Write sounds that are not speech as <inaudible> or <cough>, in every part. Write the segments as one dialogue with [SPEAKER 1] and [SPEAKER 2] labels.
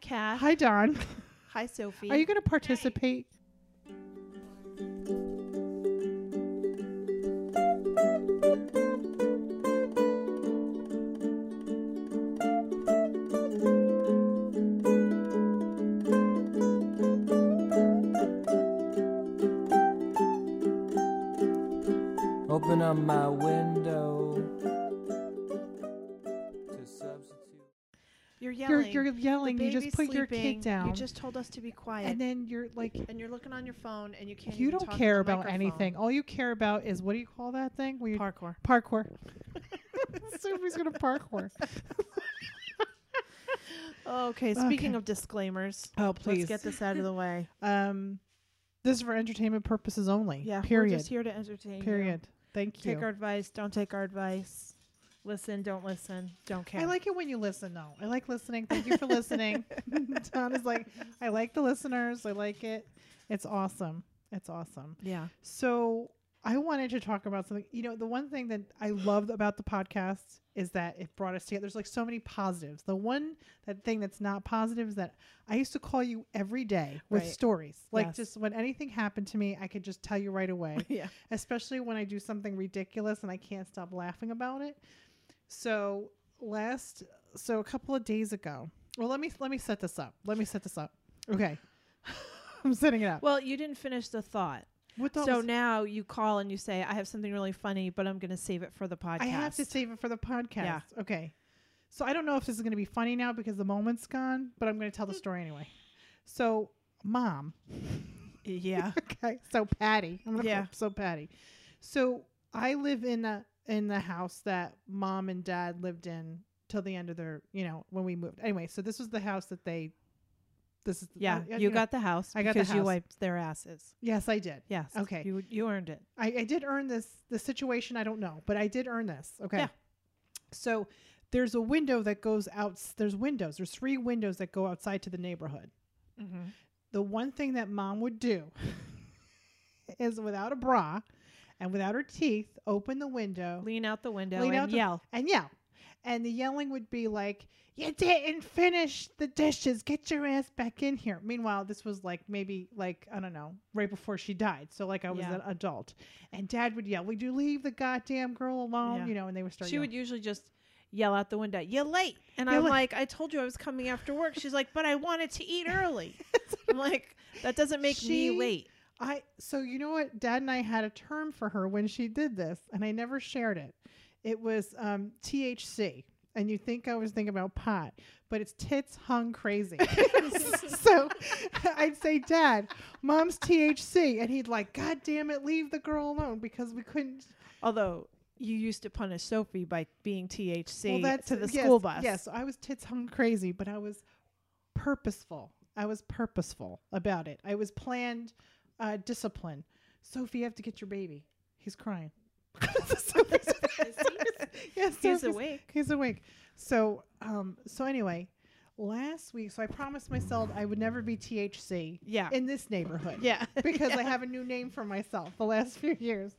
[SPEAKER 1] Kat.
[SPEAKER 2] Hi, Don.
[SPEAKER 1] Hi, Sophie.
[SPEAKER 2] Are you going to participate?
[SPEAKER 3] Open up my window to substitute.
[SPEAKER 1] You're
[SPEAKER 2] You're,
[SPEAKER 1] yelling.
[SPEAKER 2] you're
[SPEAKER 1] The
[SPEAKER 2] yelling. You
[SPEAKER 1] baby's
[SPEAKER 2] just put your
[SPEAKER 1] sleeping.
[SPEAKER 2] kid down.
[SPEAKER 1] You just told us to be quiet.
[SPEAKER 2] and
[SPEAKER 1] And,
[SPEAKER 2] then you're like,
[SPEAKER 1] you're looking on your phone and you can't
[SPEAKER 2] you
[SPEAKER 1] even
[SPEAKER 2] don't
[SPEAKER 1] talk
[SPEAKER 2] care
[SPEAKER 1] in the
[SPEAKER 2] about
[SPEAKER 1] microphone.
[SPEAKER 2] anything. All you care about is what do you call that thing? Where you
[SPEAKER 1] Parkour.
[SPEAKER 2] parkour. <laughs> Sophie's going to
[SPEAKER 1] <laughs>
[SPEAKER 2] parkour.
[SPEAKER 1] Okay, speaking
[SPEAKER 2] Okay.
[SPEAKER 1] of disclaimers,
[SPEAKER 2] Oh,
[SPEAKER 1] let's get this out of the <laughs> way.
[SPEAKER 2] Um, this is for entertainment purposes only.
[SPEAKER 1] Yeah, we're
[SPEAKER 2] Period.
[SPEAKER 1] just here to entertain. you.
[SPEAKER 2] Period. Thank you.
[SPEAKER 1] Take our advice, don't take our advice. Listen, don't listen, don't care.
[SPEAKER 2] I like it when you listen, though. I like listening. Thank you for
[SPEAKER 1] <laughs>
[SPEAKER 2] listening. <laughs> Don is like, I like the listeners. I like it. It's awesome. It's awesome.
[SPEAKER 1] Yeah.
[SPEAKER 2] So I wanted to talk about something. You know, the one thing that I loved about the podcast is that it brought us together. There's like so many positives. The one that thing that's not positive is that I used to call you every day with
[SPEAKER 1] Right.
[SPEAKER 2] stories. Like
[SPEAKER 1] Yes.
[SPEAKER 2] just when anything happened to me, I could just tell you right
[SPEAKER 1] <laughs>
[SPEAKER 2] away
[SPEAKER 1] <laughs> Yeah.
[SPEAKER 2] especially when I do something ridiculous and I can't stop laughing about it. So last so a couple of days ago. Well, let me let me set this up. Let me set this up. Okay. <laughs> I'm setting it up.
[SPEAKER 1] Well, you didn't finish the thought.
[SPEAKER 2] What the
[SPEAKER 1] So now you call and you say, I have something really funny, but I'm going to save it for the podcast.
[SPEAKER 2] I have to save it for the podcast.
[SPEAKER 1] Yeah.
[SPEAKER 2] Okay. So I don't know if this is going to be funny now because the moment's gone, but I'm going to tell the
[SPEAKER 1] Mm.
[SPEAKER 2] story anyway. So, mom,
[SPEAKER 1] Yeah.
[SPEAKER 2] <laughs> okay. So Patty, I'm gonna
[SPEAKER 1] Yeah.
[SPEAKER 2] call her so Patty. So I live in a in the house that mom and dad lived in till the end of their, you know, when we moved. Anyway, so this was the house that they. This is
[SPEAKER 1] Yeah.
[SPEAKER 2] uh,
[SPEAKER 1] you
[SPEAKER 2] know-
[SPEAKER 1] got the house
[SPEAKER 2] I got the
[SPEAKER 1] because you
[SPEAKER 2] house.
[SPEAKER 1] wiped their asses.
[SPEAKER 2] yes, I did.
[SPEAKER 1] Yes.
[SPEAKER 2] Okay.
[SPEAKER 1] You, you earned it.
[SPEAKER 2] I, I did earn this the situation. I don't know, but I did earn this. Okay.
[SPEAKER 1] Yeah.
[SPEAKER 2] So there's a window that goes out. There's windows. There's three windows that go outside to the neighborhood.
[SPEAKER 1] Mm-hmm.
[SPEAKER 2] the one thing that mom would do <laughs> is without a bra and without her teeth, open the window
[SPEAKER 1] Lean out the window
[SPEAKER 2] Lean
[SPEAKER 1] and
[SPEAKER 2] out the-
[SPEAKER 1] yell.
[SPEAKER 2] and yell. And the yelling would be like, You didn't finish the dishes. Get your ass back in here. Meanwhile, this was like maybe like, I don't know, right before she died. So like I was
[SPEAKER 1] Yeah.
[SPEAKER 2] an adult. And dad would yell, Would you leave the goddamn girl alone?
[SPEAKER 1] Yeah.
[SPEAKER 2] You know, and they would start
[SPEAKER 1] she
[SPEAKER 2] yelling.
[SPEAKER 1] would usually just yell out the window, You're late. And
[SPEAKER 2] You're
[SPEAKER 1] I'm
[SPEAKER 2] late.
[SPEAKER 1] like, I told you I was coming after work. She's like, But I wanted to eat
[SPEAKER 2] <laughs>
[SPEAKER 1] early. I'm like, That doesn't make
[SPEAKER 2] She-
[SPEAKER 1] me late.
[SPEAKER 2] I so you know what dad and I had a term for her when she did this and I never shared it. It was um THC. And you think I was thinking about pot, but it's tits hung crazy. <laughs> so <laughs> I'd say, Dad, mom's THC. And he'd like, God damn it, leave the girl alone because we couldn't.
[SPEAKER 1] Although you used to punish Sophie by being THC to the
[SPEAKER 2] yes,
[SPEAKER 1] school bus.
[SPEAKER 2] Yes, I was tits hung crazy, but I was purposeful. I was purposeful about it. I was planned uh, discipline. Sophie, you have to get your baby. He's crying. <laughs>
[SPEAKER 1] <laughs>
[SPEAKER 2] Sophie's- yes,
[SPEAKER 1] He's
[SPEAKER 2] Sophie's-
[SPEAKER 1] awake.
[SPEAKER 2] He's awake. So, um, so anyway, last week, so I promised myself I would never be THC
[SPEAKER 1] Yeah.
[SPEAKER 2] in this neighborhood.
[SPEAKER 1] <laughs> yeah. <laughs>
[SPEAKER 2] Because I have a new name for myself the last few years.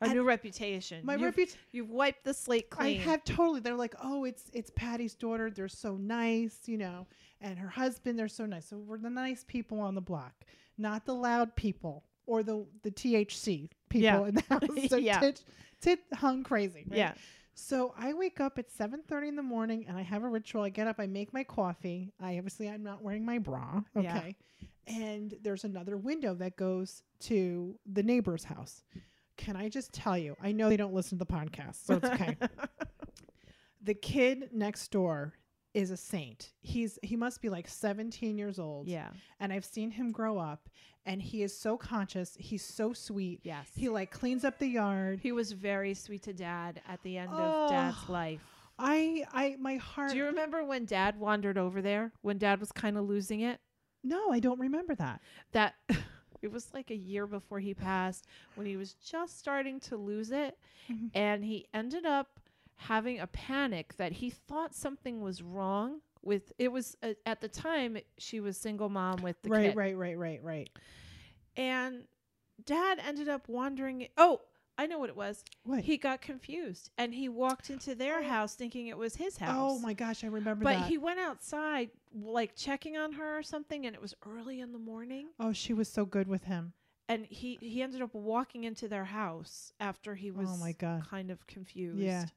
[SPEAKER 1] A
[SPEAKER 2] And
[SPEAKER 1] new reputation.
[SPEAKER 2] My
[SPEAKER 1] you've,
[SPEAKER 2] reputation.
[SPEAKER 1] you've wiped the slate clean.
[SPEAKER 2] I have totally. They're like, oh, it's it's Patty's daughter. They're so nice, you know, and her husband. They're so nice. So we're the nice people on the block, not the loud people or the the THC people
[SPEAKER 1] Yeah.
[SPEAKER 2] in the
[SPEAKER 1] <laughs>
[SPEAKER 2] house. So
[SPEAKER 1] Yeah.
[SPEAKER 2] tit, tit hung crazy. right?
[SPEAKER 1] Yeah.
[SPEAKER 2] So I wake up at seven thirty in the morning, and I have a ritual. I get up, I make my coffee. I obviously I'm not wearing my bra.
[SPEAKER 1] Yeah.
[SPEAKER 2] Okay. And there's another window that goes to the neighbor's house. Can I just tell you? I know they don't listen to the podcast, <laughs> so
[SPEAKER 1] <laughs>
[SPEAKER 2] it's okay. the kid next door is a saint. He's he must be like 17 years old.
[SPEAKER 1] <laughs> Yeah.
[SPEAKER 2] And I've seen him grow up and he is so conscious. He's so sweet.
[SPEAKER 1] Yes.
[SPEAKER 2] He like cleans up the yard.
[SPEAKER 1] He was very sweet to dad at the end of dad's
[SPEAKER 2] Oh.
[SPEAKER 1] life.
[SPEAKER 2] I I my heart
[SPEAKER 1] Do you remember when dad wandered over there when dad was kind of losing it?
[SPEAKER 2] No, I don't remember that.
[SPEAKER 1] That <laughs> it was like a year before he passed when he was just starting to lose it
[SPEAKER 2] Mhm.
[SPEAKER 1] and he ended up having a panic that he thought something was wrong with it was uh, at the time she was single mom with the
[SPEAKER 2] right,
[SPEAKER 1] kid.
[SPEAKER 2] right, right, right, right.
[SPEAKER 1] and dad ended up wandering oh I know what it was.
[SPEAKER 2] What?
[SPEAKER 1] He got confused and he walked into their house thinking it was his house.
[SPEAKER 2] oh my gosh, I remember
[SPEAKER 1] But
[SPEAKER 2] that.
[SPEAKER 1] he went outside, like checking on her or something, and it was early in the morning.
[SPEAKER 2] oh, she was so good with him.
[SPEAKER 1] And he he ended up walking into their house after he was
[SPEAKER 2] Oh my God.
[SPEAKER 1] kind of confused.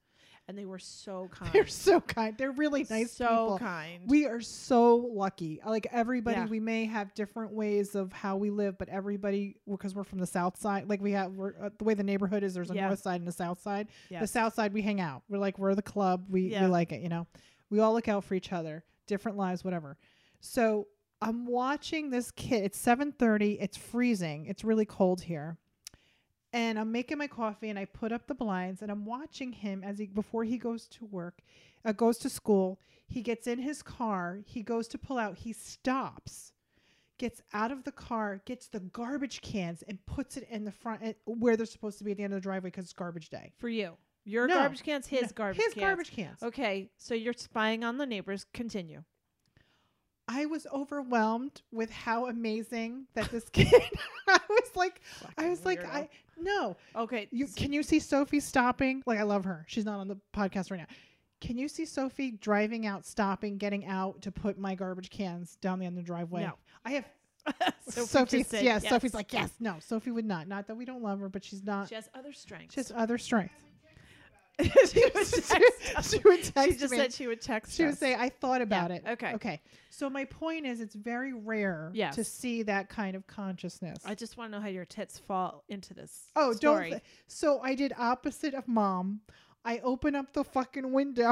[SPEAKER 1] and they were
[SPEAKER 2] <laughs>
[SPEAKER 1] so kind.
[SPEAKER 2] They're so kind. They're really nice
[SPEAKER 1] so
[SPEAKER 2] people.
[SPEAKER 1] kind.
[SPEAKER 2] We are so lucky. Like everybody,
[SPEAKER 1] Yeah.
[SPEAKER 2] we may have different ways of how we live, but everybody, because we're from the south side, like we have we're, uh, the way the neighborhood is. There's a
[SPEAKER 1] Yeah.
[SPEAKER 2] north side and a south side. The
[SPEAKER 1] Yes.
[SPEAKER 2] south side, we hang out. We're like we're the club. We
[SPEAKER 1] Yeah.
[SPEAKER 2] we like it. You know, we all look out for each other. Different lives, whatever. So I'm watching this kid. It's 7:30. It's freezing. It's really cold here. And I'm making my coffee and I put up the blinds and I'm watching him as he before he goes to work, uh, goes to school. He gets in his car. He goes to pull out. He stops, gets out of the car, gets the garbage cans and puts it in the front eh, where they're supposed to be at the end of the driveway because it's garbage day.
[SPEAKER 1] for you. Your
[SPEAKER 2] No.
[SPEAKER 1] garbage cans, his
[SPEAKER 2] No,
[SPEAKER 1] garbage
[SPEAKER 2] <laughs> his
[SPEAKER 1] cans.
[SPEAKER 2] garbage cans.
[SPEAKER 1] Okay, so you're spying on the neighbors. Continue.
[SPEAKER 2] I was overwhelmed with how amazing that this <laughs> kid. I was like, I was like, I no.
[SPEAKER 1] Okay, <laughs>
[SPEAKER 2] You
[SPEAKER 1] s-
[SPEAKER 2] can you see Sophie stopping? Like I love her. She's not on the podcast right now. Can you see Sophie driving out, stopping, getting out to put my garbage cans down the end of the driveway?
[SPEAKER 1] No.
[SPEAKER 2] I <laughs> have
[SPEAKER 1] Sophie
[SPEAKER 2] Sophie's
[SPEAKER 1] just said
[SPEAKER 2] yes,
[SPEAKER 1] yes.
[SPEAKER 2] Sophie's like, yes, no, Sophie would not. Not that we don't love her, but she's not
[SPEAKER 1] she has other strengths.
[SPEAKER 2] she has other strength.
[SPEAKER 1] <laughs> she
[SPEAKER 2] <laughs>
[SPEAKER 1] would text us. <laughs>
[SPEAKER 2] she would
[SPEAKER 1] She
[SPEAKER 2] text
[SPEAKER 1] just
[SPEAKER 2] me.
[SPEAKER 1] said she would text.
[SPEAKER 2] She would
[SPEAKER 1] us.
[SPEAKER 2] say, I thought about it.
[SPEAKER 1] okay.
[SPEAKER 2] Okay. So my point is it's very rare
[SPEAKER 1] Yes.
[SPEAKER 2] to see that kind of consciousness.
[SPEAKER 1] "I just want to know how your tits fall into this."
[SPEAKER 2] oh,
[SPEAKER 1] story.
[SPEAKER 2] don't. thi- so I did opposite of mom. I open up the fucking window.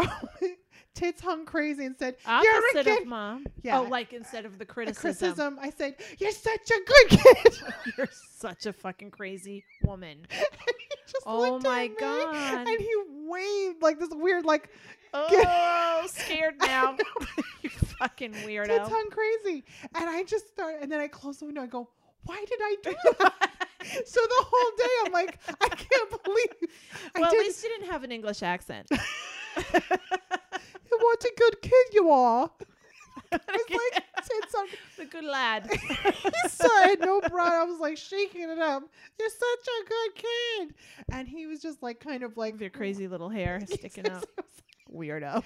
[SPEAKER 2] <laughs> Tits hung crazy and said, You're a
[SPEAKER 1] opposite
[SPEAKER 2] kid.
[SPEAKER 1] of mom.
[SPEAKER 2] Yeah.
[SPEAKER 1] Oh, like instead of the
[SPEAKER 2] A
[SPEAKER 1] criticism,
[SPEAKER 2] criticism. I said, You're such a good <laughs> kid.
[SPEAKER 1] <laughs> you're such a fucking crazy
[SPEAKER 2] <laughs>
[SPEAKER 1] woman.
[SPEAKER 2] He just
[SPEAKER 1] Oh
[SPEAKER 2] looked at
[SPEAKER 1] my
[SPEAKER 2] me,
[SPEAKER 1] God.
[SPEAKER 2] And he waved like this weird, like,
[SPEAKER 1] Oh,
[SPEAKER 2] <laughs>
[SPEAKER 1] scared now. <laughs> you fucking <laughs>
[SPEAKER 2] tits
[SPEAKER 1] weirdo.
[SPEAKER 2] hung crazy. And I just start, and then I close the window. I go, Why did I
[SPEAKER 1] <laughs>
[SPEAKER 2] do that? so the whole day I'm like, I can't believe I
[SPEAKER 1] well, at
[SPEAKER 2] did
[SPEAKER 1] least you didn't have an English
[SPEAKER 2] <laughs>
[SPEAKER 1] accent.
[SPEAKER 2] What a good kid you are. I was like, tits on.
[SPEAKER 1] <laughs> the good lad.
[SPEAKER 2] <laughs> He saw I had no bra. I was like shaking it up. You're such a good kid. And he was just like, kind of like,
[SPEAKER 1] With your
[SPEAKER 2] <laughs>
[SPEAKER 1] crazy little hair sticking out. Weirdo.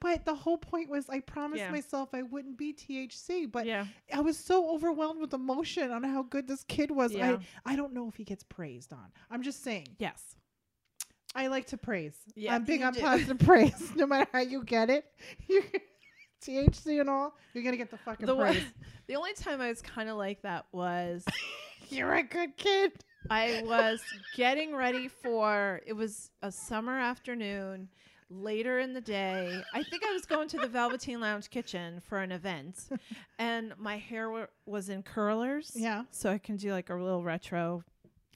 [SPEAKER 2] But the whole point was, I promised
[SPEAKER 1] Yeah.
[SPEAKER 2] myself I wouldn't be THC. But
[SPEAKER 1] yeah.
[SPEAKER 2] I was so overwhelmed with emotion on how good this kid was.
[SPEAKER 1] Yeah.
[SPEAKER 2] I, I don't know if he gets praised on. I'm just saying.
[SPEAKER 1] Yes.
[SPEAKER 2] I like to praise.
[SPEAKER 1] Yeah,
[SPEAKER 2] I'm big
[SPEAKER 1] you
[SPEAKER 2] on
[SPEAKER 1] do.
[SPEAKER 2] positive <laughs> praise. No matter how you get it, <laughs> you, THC and all, you're gonna get the fucking
[SPEAKER 1] The, one, <laughs>
[SPEAKER 2] praise.
[SPEAKER 1] the only time I was kind of like that was
[SPEAKER 2] You're a good kid.
[SPEAKER 1] I was getting ready for it was a summer afternoon later in the day. I think I was going to the Velveteen Lounge kitchen for an
[SPEAKER 2] <laughs>
[SPEAKER 1] event and my hair wa was in curlers.
[SPEAKER 2] Yeah.
[SPEAKER 1] So I can do like a little retro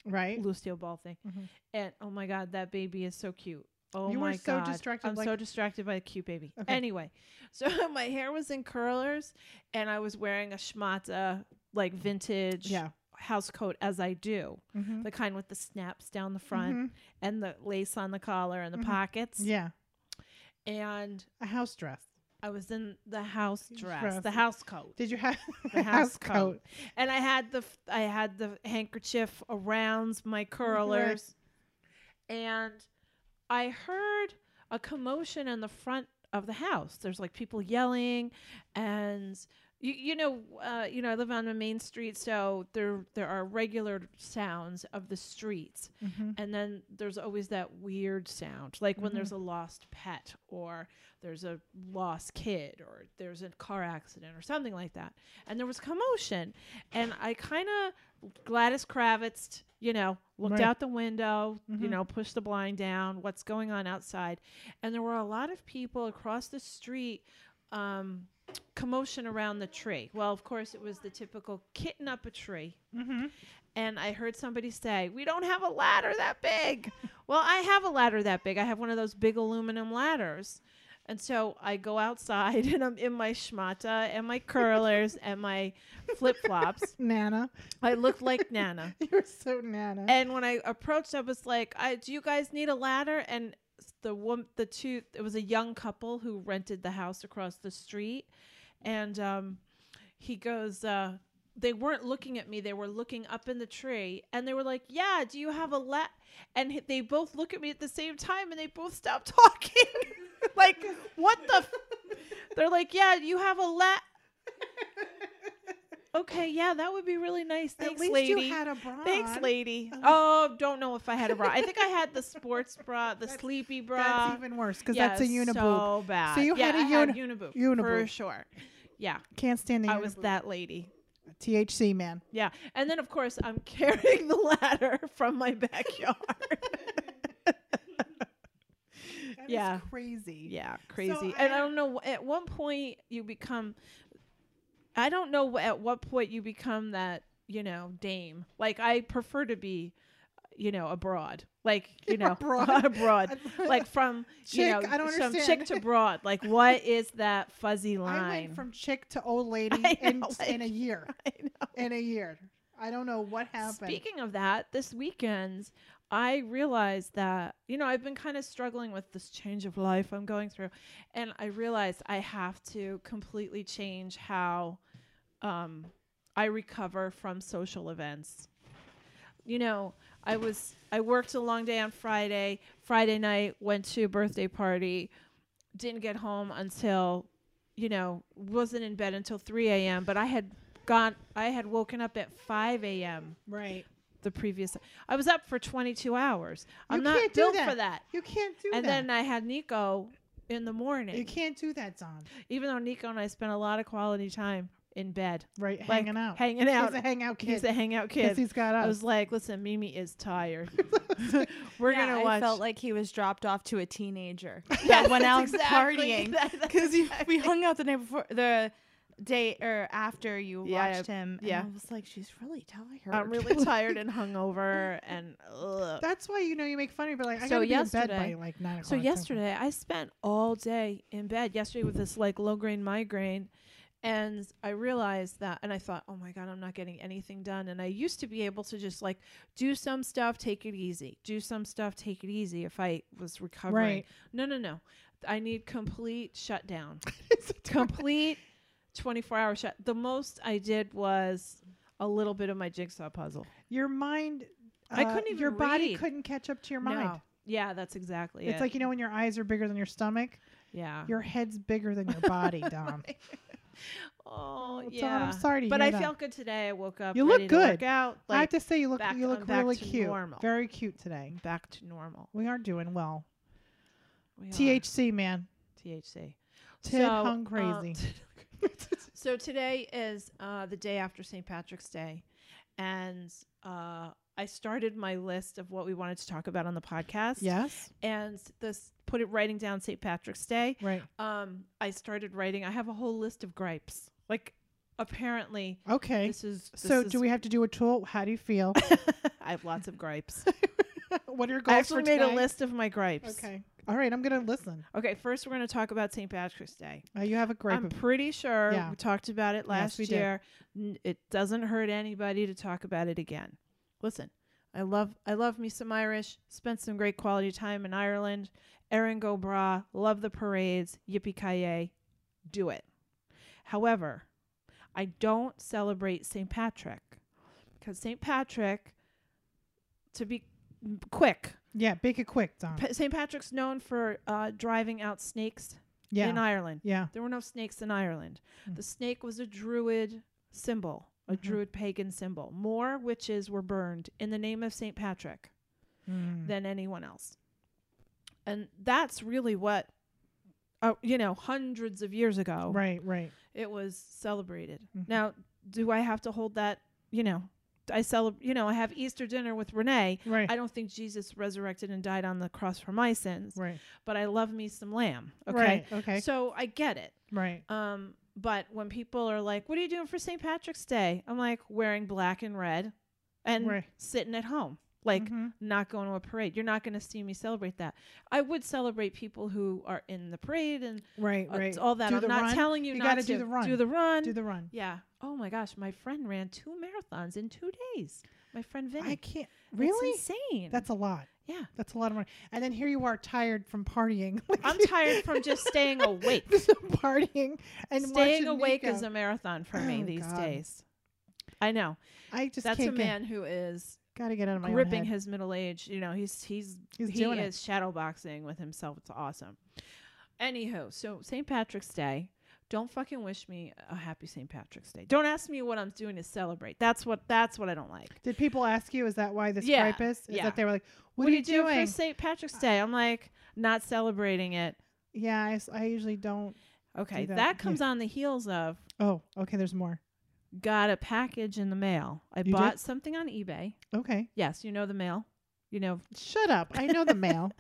[SPEAKER 2] Right.
[SPEAKER 1] Lucio Ball thing.
[SPEAKER 2] Mhm.
[SPEAKER 1] And oh my god, that baby is so cute. Oh
[SPEAKER 2] You were
[SPEAKER 1] my
[SPEAKER 2] so
[SPEAKER 1] god.
[SPEAKER 2] distracted,
[SPEAKER 1] I'm
[SPEAKER 2] like-
[SPEAKER 1] so distracted by a cute baby.
[SPEAKER 2] Okay.
[SPEAKER 1] Anyway, so <laughs> my hair was in curlers and I was wearing a schmata like vintage
[SPEAKER 2] Yeah.
[SPEAKER 1] house coat as I do.
[SPEAKER 2] Mhm.
[SPEAKER 1] The kind with the snaps down the Mm-hmm. front Mm-hmm.
[SPEAKER 2] Mhm.
[SPEAKER 1] and the lace on the collar and the
[SPEAKER 2] Mhm.
[SPEAKER 1] pockets.
[SPEAKER 2] Yeah.
[SPEAKER 1] And
[SPEAKER 2] A house dress.
[SPEAKER 1] I was in the house dress,
[SPEAKER 2] Dress.
[SPEAKER 1] the house coat.
[SPEAKER 2] Did you have <laughs>
[SPEAKER 1] The house coat. and I had the f- I had the handkerchief around my curlers, and I heard a commotion in the front of the house. There's like people yelling, and you you know uh, you know I live on a main street, so there there are regular sounds of the streets,
[SPEAKER 2] Mhm.
[SPEAKER 1] and then there's always that weird sound, like when
[SPEAKER 2] Mhm.
[SPEAKER 1] there's a lost pet or there's a lost kid or there's a car accident or something like that. And there was commotion. And I kind of Gladys Kravitz, you know, looked
[SPEAKER 2] Right.
[SPEAKER 1] out the window, you
[SPEAKER 2] Mhm.
[SPEAKER 1] know, pushed the blind down, what's going on outside. And there were a lot of people across the street. Um, commotion around the tree. Well, of course, it was the typical kitten up a tree Mm-hmm.
[SPEAKER 2] Mhm.
[SPEAKER 1] and I heard somebody say, "We don't have a ladder that big." well, I have a ladder that big. I have one of those big aluminum ladders. And so I go outside <laughs> and I'm in my schmata and my curlers and my flip flops.
[SPEAKER 2] Nana. <laughs>
[SPEAKER 1] I look like Nana.
[SPEAKER 2] You're so Nana. <laughs>
[SPEAKER 1] And when I approached, I was like, I, "Do you guys need a ladder?" And s- the woman, the two, it was a young couple who rented the house across the street, and um, he goes, uh, they weren't looking at me they were looking up in the tree and they were like yeah do you have a lat and h- they both look at me at the same time and they both stop <laughs> talking like what the f- they're like yeah do you have a lat okay yeah that would be really nice thanks
[SPEAKER 2] At least
[SPEAKER 1] lady
[SPEAKER 2] you had a bra.
[SPEAKER 1] Thanks,
[SPEAKER 2] on. <laughs>
[SPEAKER 1] lady. Oh, don't know if I had a bra. I think I had the sports bra, the
[SPEAKER 2] <laughs> That's-
[SPEAKER 1] sleepy bra.
[SPEAKER 2] That's even worse because that's a
[SPEAKER 1] Yeah,
[SPEAKER 2] uniboob.
[SPEAKER 1] So bad.
[SPEAKER 2] So you
[SPEAKER 1] yeah,
[SPEAKER 2] had a
[SPEAKER 1] I uniboob, for
[SPEAKER 2] uniboob.
[SPEAKER 1] sure. Yeah,
[SPEAKER 2] Can't stand the
[SPEAKER 1] I was
[SPEAKER 2] uniboob.
[SPEAKER 1] that lady.
[SPEAKER 2] THC
[SPEAKER 1] <laughs>
[SPEAKER 2] man. <laughs>
[SPEAKER 1] Yeah, and then of course I'm <laughs> carrying the ladder from my backyard. <laughs>
[SPEAKER 2] That is
[SPEAKER 1] Yeah.
[SPEAKER 2] crazy.
[SPEAKER 1] yeah, crazy.
[SPEAKER 2] I
[SPEAKER 1] and I
[SPEAKER 2] had-
[SPEAKER 1] don't know. At one point you become. I don't know at what point you become that you know dame. Like I prefer to be, you know, abroad. Like
[SPEAKER 2] <laughs>
[SPEAKER 1] you know, <laughs>
[SPEAKER 2] Abroad.
[SPEAKER 1] abroad.
[SPEAKER 2] I- <laughs>
[SPEAKER 1] like from you
[SPEAKER 2] Chick,
[SPEAKER 1] know
[SPEAKER 2] I don't
[SPEAKER 1] from
[SPEAKER 2] understand.
[SPEAKER 1] chick to broad. Like what is that fuzzy
[SPEAKER 2] <laughs> I
[SPEAKER 1] line?
[SPEAKER 2] went from chick
[SPEAKER 1] <laughs>
[SPEAKER 2] to old lady
[SPEAKER 1] I
[SPEAKER 2] in,
[SPEAKER 1] know,
[SPEAKER 2] in a
[SPEAKER 1] like-
[SPEAKER 2] year.
[SPEAKER 1] <laughs> I know.
[SPEAKER 2] In a year. I don't know what happened.
[SPEAKER 1] Speaking of that, this weekend I realized that you know I've been kind of struggling with this change of life I'm going through, and I realized I have to completely change how um, I recover from social events. You know, I was I worked a long day on Friday. Friday night went to a birthday party. Didn't get home until, you know, wasn't in bed until 3 a.m. But I had gone. I had woken up at 5 a.m. <laughs>
[SPEAKER 2] right.
[SPEAKER 1] the previous. I was up for 22 hours. I'm
[SPEAKER 2] You
[SPEAKER 1] not
[SPEAKER 2] can't do
[SPEAKER 1] built
[SPEAKER 2] that.
[SPEAKER 1] for that.
[SPEAKER 2] You can't do
[SPEAKER 1] And
[SPEAKER 2] that.
[SPEAKER 1] then I had Nico in the
[SPEAKER 2] you
[SPEAKER 1] morning.
[SPEAKER 2] can't do that, Don.
[SPEAKER 1] Even though Nico and I spent a lot of quality time in bed,
[SPEAKER 2] Right.
[SPEAKER 1] like,
[SPEAKER 2] hanging out.
[SPEAKER 1] hanging out.
[SPEAKER 2] He's a hangout kid.
[SPEAKER 1] He's <laughs> a hangout
[SPEAKER 2] Because
[SPEAKER 1] kid.
[SPEAKER 2] he's got us.
[SPEAKER 1] I was like, listen, Mimi is
[SPEAKER 2] <laughs>
[SPEAKER 1] tired. We're
[SPEAKER 4] Yeah,
[SPEAKER 1] gonna
[SPEAKER 4] I
[SPEAKER 1] watch.
[SPEAKER 4] felt like he was dropped off to a teenager
[SPEAKER 1] Yes,
[SPEAKER 4] that went out
[SPEAKER 1] that's exactly-
[SPEAKER 4] partying
[SPEAKER 1] that- that's
[SPEAKER 4] because
[SPEAKER 1] exactly-
[SPEAKER 4] we hung out the night before the day or after you
[SPEAKER 1] Yeah,
[SPEAKER 4] watched him.
[SPEAKER 1] yeah.
[SPEAKER 4] and I was like, she's really tired.
[SPEAKER 1] I'm
[SPEAKER 2] <laughs>
[SPEAKER 4] <laughs>
[SPEAKER 1] really tired and hungover and. Ugh.
[SPEAKER 2] That's why you know you make fun of me, but like I
[SPEAKER 1] So
[SPEAKER 2] gotta be in bed
[SPEAKER 1] yesterday-
[SPEAKER 2] by like nine o'clock.
[SPEAKER 1] So yesterday, I spent all day in bed. Yesterday with this like low grade migraine, and I realized that, and I thought, oh my god, I'm not getting anything done. And I used to be able to just like do some stuff, take it easy, do some stuff, take it easy. If I was recovering,
[SPEAKER 2] Right.
[SPEAKER 1] no, no, no, I need complete shutdown,
[SPEAKER 2] <laughs> It's a- <laughs>
[SPEAKER 1] complete 24 hour shut. The most I did was a little bit of my jigsaw puzzle.
[SPEAKER 2] your mind.
[SPEAKER 1] <laughs> I
[SPEAKER 2] uh,
[SPEAKER 1] couldn't
[SPEAKER 2] Your
[SPEAKER 1] even
[SPEAKER 2] body
[SPEAKER 1] read.
[SPEAKER 2] couldn't catch up to your mind.
[SPEAKER 1] No. Yeah, that's exactly
[SPEAKER 2] It's
[SPEAKER 1] it.
[SPEAKER 2] like you know when your eyes are bigger than your stomach.
[SPEAKER 1] yeah.
[SPEAKER 2] Your head's bigger than your body,
[SPEAKER 1] <laughs>
[SPEAKER 2] Dom.
[SPEAKER 1] Oh,
[SPEAKER 2] Don, I'm
[SPEAKER 1] yeah.
[SPEAKER 2] sorry to
[SPEAKER 1] but
[SPEAKER 2] hear
[SPEAKER 1] I
[SPEAKER 2] that.
[SPEAKER 1] felt good today. I woke up.
[SPEAKER 2] You look
[SPEAKER 1] ready to work
[SPEAKER 2] good.
[SPEAKER 1] out. Like
[SPEAKER 2] I have to say you look
[SPEAKER 1] back-
[SPEAKER 2] you
[SPEAKER 1] I'm
[SPEAKER 2] look
[SPEAKER 1] back
[SPEAKER 2] really
[SPEAKER 1] to
[SPEAKER 2] cute.
[SPEAKER 1] normal.
[SPEAKER 2] Very cute today.
[SPEAKER 1] back to normal.
[SPEAKER 2] We are doing well.
[SPEAKER 1] We are. uh,
[SPEAKER 2] THC man.
[SPEAKER 1] THC.
[SPEAKER 2] Ted
[SPEAKER 1] <laughs>
[SPEAKER 2] hung crazy.
[SPEAKER 1] um, so today is uh, the day after St. Patrick's Day, and uh, I started my list of what we wanted to talk about on the podcast.
[SPEAKER 2] yes.
[SPEAKER 1] and this put it writing down St. Patrick's Day.
[SPEAKER 2] Right.
[SPEAKER 1] Um, I started writing. I have a whole list of gripes. Like apparently,
[SPEAKER 2] Okay.
[SPEAKER 1] this is this
[SPEAKER 2] So
[SPEAKER 1] is-
[SPEAKER 2] do we have to do a tool? How do you feel?
[SPEAKER 1] <laughs>
[SPEAKER 2] <laughs>
[SPEAKER 1] I have lots of gripes.
[SPEAKER 2] what are your goals
[SPEAKER 1] I actually
[SPEAKER 2] for
[SPEAKER 1] made a
[SPEAKER 2] today?
[SPEAKER 1] list of my gripes.
[SPEAKER 2] Okay. All right. I'm gonna listen.
[SPEAKER 1] Okay, first we're going to talk about St. Patrick's Day.
[SPEAKER 2] Uh, you have a great.
[SPEAKER 1] I'm pretty sure
[SPEAKER 2] Yeah.
[SPEAKER 1] we talked about it last
[SPEAKER 2] we did.
[SPEAKER 1] year. N- It doesn't hurt anybody to talk about it again. Listen, I love I love me some Irish. Spent some great quality time in Ireland. Erin go bra. Love the parades. Yippee ki yay! Do it. However, I don't celebrate St. Patrick because St. Patrick, to be quick,
[SPEAKER 2] yeah. Make it quick, Dom.
[SPEAKER 1] Pa- St. Patrick's known for uh, driving out snakes
[SPEAKER 2] yeah.
[SPEAKER 1] in Ireland.
[SPEAKER 2] yeah.
[SPEAKER 1] There were no snakes in Ireland.
[SPEAKER 2] Mm.
[SPEAKER 1] The snake was a druid symbol, a
[SPEAKER 2] Mhm.
[SPEAKER 1] druid pagan symbol. More witches were burned in the name of St. Patrick
[SPEAKER 2] Mm.
[SPEAKER 1] than anyone else. And that's really what, uh, you know, hundreds of years ago,
[SPEAKER 2] oh. Right. Right.
[SPEAKER 1] it was celebrated.
[SPEAKER 2] Mhm.
[SPEAKER 1] Now, do I have to hold that, you know, I celebrate, you know, I have Easter dinner with Renee.
[SPEAKER 2] Right.
[SPEAKER 1] I don't think Jesus resurrected and died on the cross for my sins
[SPEAKER 2] right.
[SPEAKER 1] but I love me some lamb. Okay.
[SPEAKER 2] Right. Okay.
[SPEAKER 1] So I get it.
[SPEAKER 2] right.
[SPEAKER 1] Um, but when people are like, What are you doing for St. Patrick's Day? I'm like, wearing black and red and
[SPEAKER 2] Right.
[SPEAKER 1] sitting at home. Like
[SPEAKER 2] Mhm.
[SPEAKER 1] not going to a parade. You're not gonna see me celebrate that. I would celebrate people who are in the parade and
[SPEAKER 2] Right.
[SPEAKER 1] uh,
[SPEAKER 2] Right.
[SPEAKER 1] all that.
[SPEAKER 2] Do
[SPEAKER 1] I'm
[SPEAKER 2] the
[SPEAKER 1] not
[SPEAKER 2] run.
[SPEAKER 1] telling you,
[SPEAKER 2] You
[SPEAKER 1] not
[SPEAKER 2] gotta
[SPEAKER 1] to
[SPEAKER 2] do the run.
[SPEAKER 1] Do the run.
[SPEAKER 2] Do the run.
[SPEAKER 1] yeah. Oh my gosh, my friend ran two marathons in two days. My friend Vinny.
[SPEAKER 2] I can't.
[SPEAKER 1] That's
[SPEAKER 2] Really?
[SPEAKER 1] insane.
[SPEAKER 2] That's a lot.
[SPEAKER 1] yeah.
[SPEAKER 2] That's a lot of money. And then here you are, tired from partying. <laughs> Like,
[SPEAKER 1] I'm tired from just
[SPEAKER 2] <laughs>
[SPEAKER 1] staying awake.
[SPEAKER 2] from partying and
[SPEAKER 1] staying
[SPEAKER 2] watching
[SPEAKER 1] awake
[SPEAKER 2] Nico.
[SPEAKER 1] is a marathon for me
[SPEAKER 2] Oh,
[SPEAKER 1] these
[SPEAKER 2] God.
[SPEAKER 1] days. I know.
[SPEAKER 2] I just
[SPEAKER 1] That's a
[SPEAKER 2] can't get-
[SPEAKER 1] man who is
[SPEAKER 2] gotta get out of my own
[SPEAKER 1] gripping
[SPEAKER 2] head.
[SPEAKER 1] his middle age. You know, he's he's,
[SPEAKER 2] He's
[SPEAKER 1] he
[SPEAKER 2] doing it.
[SPEAKER 1] is shadow boxing with himself. It's awesome. Anywho, so St. Patrick's Day. Don't fucking wish me a happy St. Patrick's Day. Don't ask me what I'm doing to celebrate. That's what that's what I don't like.
[SPEAKER 2] Did people ask you? Is that why this
[SPEAKER 1] Yeah,
[SPEAKER 2] gripe is? Is
[SPEAKER 1] yeah.
[SPEAKER 2] that they were like, "What,
[SPEAKER 1] do
[SPEAKER 2] are you doing?" Uh,
[SPEAKER 1] for St. Patrick's Day? I'm like not celebrating it.
[SPEAKER 2] yeah, I, s- I usually don't.
[SPEAKER 1] Okay,
[SPEAKER 2] Do
[SPEAKER 1] that,
[SPEAKER 2] that, yeah.
[SPEAKER 1] comes on the heels of
[SPEAKER 2] Oh, okay. There's more.
[SPEAKER 1] got a package in the mail. I
[SPEAKER 2] did?
[SPEAKER 1] bought something on eBay.
[SPEAKER 2] Okay,
[SPEAKER 1] Yes, you know the mail. You know,
[SPEAKER 2] shut up. I know the
[SPEAKER 1] <laughs>
[SPEAKER 2] mail.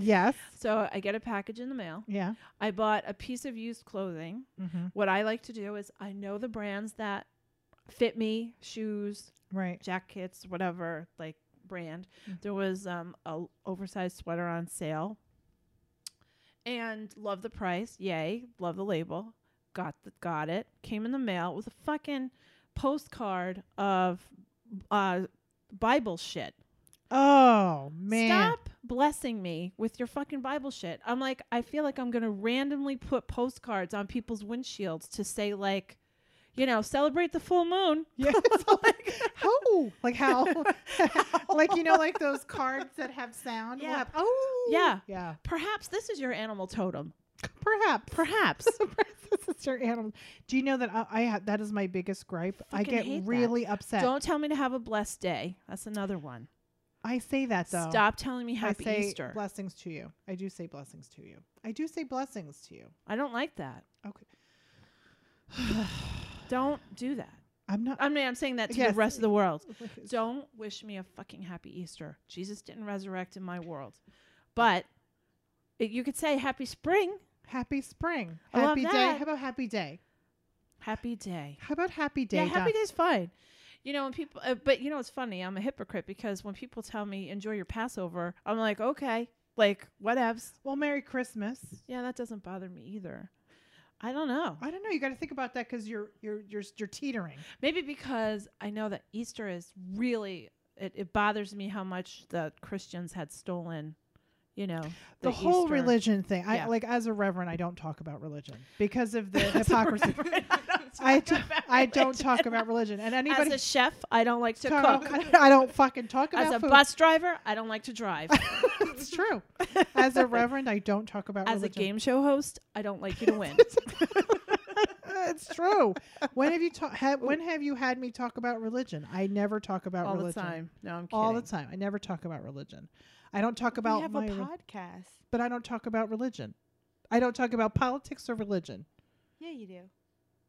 [SPEAKER 2] Yes.
[SPEAKER 1] so I get a package in the mail.
[SPEAKER 2] Yeah.
[SPEAKER 1] I bought a piece of used clothing.
[SPEAKER 2] Mm-hmm.
[SPEAKER 1] What I like to do is I know the brands that fit me, shoes,
[SPEAKER 2] Right.
[SPEAKER 1] jackets, whatever, like brand. There was um a l- oversized sweater on sale. And love the price. Yay, love the label. Got the, got it. Came in the mail with a fucking postcard of uh Bible shit.
[SPEAKER 2] Oh man.
[SPEAKER 1] Stop blessing me with your fucking Bible shit. I'm like, I feel like I'm gonna randomly put postcards on people's windshields to say like, you know, celebrate the full moon. <laughs>
[SPEAKER 2] Yeah. it's <laughs> like, how? Like how? <laughs> like you know, like those cards that have sound.
[SPEAKER 1] Yeah.
[SPEAKER 2] Have, oh.
[SPEAKER 1] Yeah.
[SPEAKER 2] Yeah.
[SPEAKER 1] Perhaps this is your animal totem.
[SPEAKER 2] Perhaps.
[SPEAKER 1] <laughs>
[SPEAKER 2] <laughs>
[SPEAKER 1] Perhaps.
[SPEAKER 2] This is your animal. Do you know that I, I have that is my biggest gripe? I
[SPEAKER 1] Fucking
[SPEAKER 2] get
[SPEAKER 1] hate that.
[SPEAKER 2] really upset.
[SPEAKER 1] Don't tell me to have a blessed day. That's another one.
[SPEAKER 2] I say that though.
[SPEAKER 1] Stop telling me
[SPEAKER 2] I
[SPEAKER 1] happy
[SPEAKER 2] say
[SPEAKER 1] Easter.
[SPEAKER 2] blessings to you. I do say blessings to you. I do say blessings to you.
[SPEAKER 1] I don't like that.
[SPEAKER 2] Okay.
[SPEAKER 1] <sighs> Don't do that.
[SPEAKER 2] I'm <laughs> not.
[SPEAKER 1] I mean, I'm saying that to
[SPEAKER 2] Yes.
[SPEAKER 1] the rest of the world. Don't wish me a fucking happy Easter. Jesus didn't resurrect in my world. But it, you could say happy spring,
[SPEAKER 2] happy spring.
[SPEAKER 1] I love
[SPEAKER 2] Happy day.
[SPEAKER 1] that.
[SPEAKER 2] How about happy day?
[SPEAKER 1] happy day.
[SPEAKER 2] How about happy day?
[SPEAKER 1] yeah, happy
[SPEAKER 2] Doc?
[SPEAKER 1] day's fine. You know, and people, uh, but you know, it's funny. I'm a hypocrite because when people tell me enjoy your Passover, I'm like, okay, like whatevs.
[SPEAKER 2] Well, Merry Christmas.
[SPEAKER 1] Yeah, that doesn't bother me either. I don't know.
[SPEAKER 2] I don't know. You got to think about that because you're you're you're you're teetering.
[SPEAKER 1] Maybe because I know that Easter is really it, it bothers me how much the Christians had stolen, you know,
[SPEAKER 2] The, whole
[SPEAKER 1] Easter-
[SPEAKER 2] religion thing. I
[SPEAKER 1] Yeah.
[SPEAKER 2] like as a reverend, I don't talk about religion because
[SPEAKER 1] <laughs>
[SPEAKER 2] of the hypocrisy. I
[SPEAKER 1] I
[SPEAKER 2] don't, I don't talk about religion. And anybody
[SPEAKER 1] <laughs> As a chef, I don't like to
[SPEAKER 2] talk-
[SPEAKER 1] cook.
[SPEAKER 2] <laughs> I don't fucking talk
[SPEAKER 1] <laughs>
[SPEAKER 2] about
[SPEAKER 1] As a
[SPEAKER 2] food.
[SPEAKER 1] bus driver, I don't like to
[SPEAKER 2] <laughs>
[SPEAKER 1] drive.
[SPEAKER 2] It's
[SPEAKER 1] <laughs>
[SPEAKER 2] true. As a reverend, I don't talk about
[SPEAKER 1] As a
[SPEAKER 2] <laughs> religion.
[SPEAKER 1] game show host, I don't like you to
[SPEAKER 2] <laughs>
[SPEAKER 1] win.
[SPEAKER 2] it's true. When have you ta- ha- when have you had me talk about religion? I never talk about
[SPEAKER 1] all the
[SPEAKER 2] religion.
[SPEAKER 1] time. No, I'm kidding.
[SPEAKER 2] All the time. I never talk about religion. I don't talk
[SPEAKER 4] We
[SPEAKER 2] about
[SPEAKER 4] have a
[SPEAKER 2] my re-
[SPEAKER 4] podcast.
[SPEAKER 2] but I don't talk about religion. I don't talk about politics or religion.
[SPEAKER 4] Yeah, you do.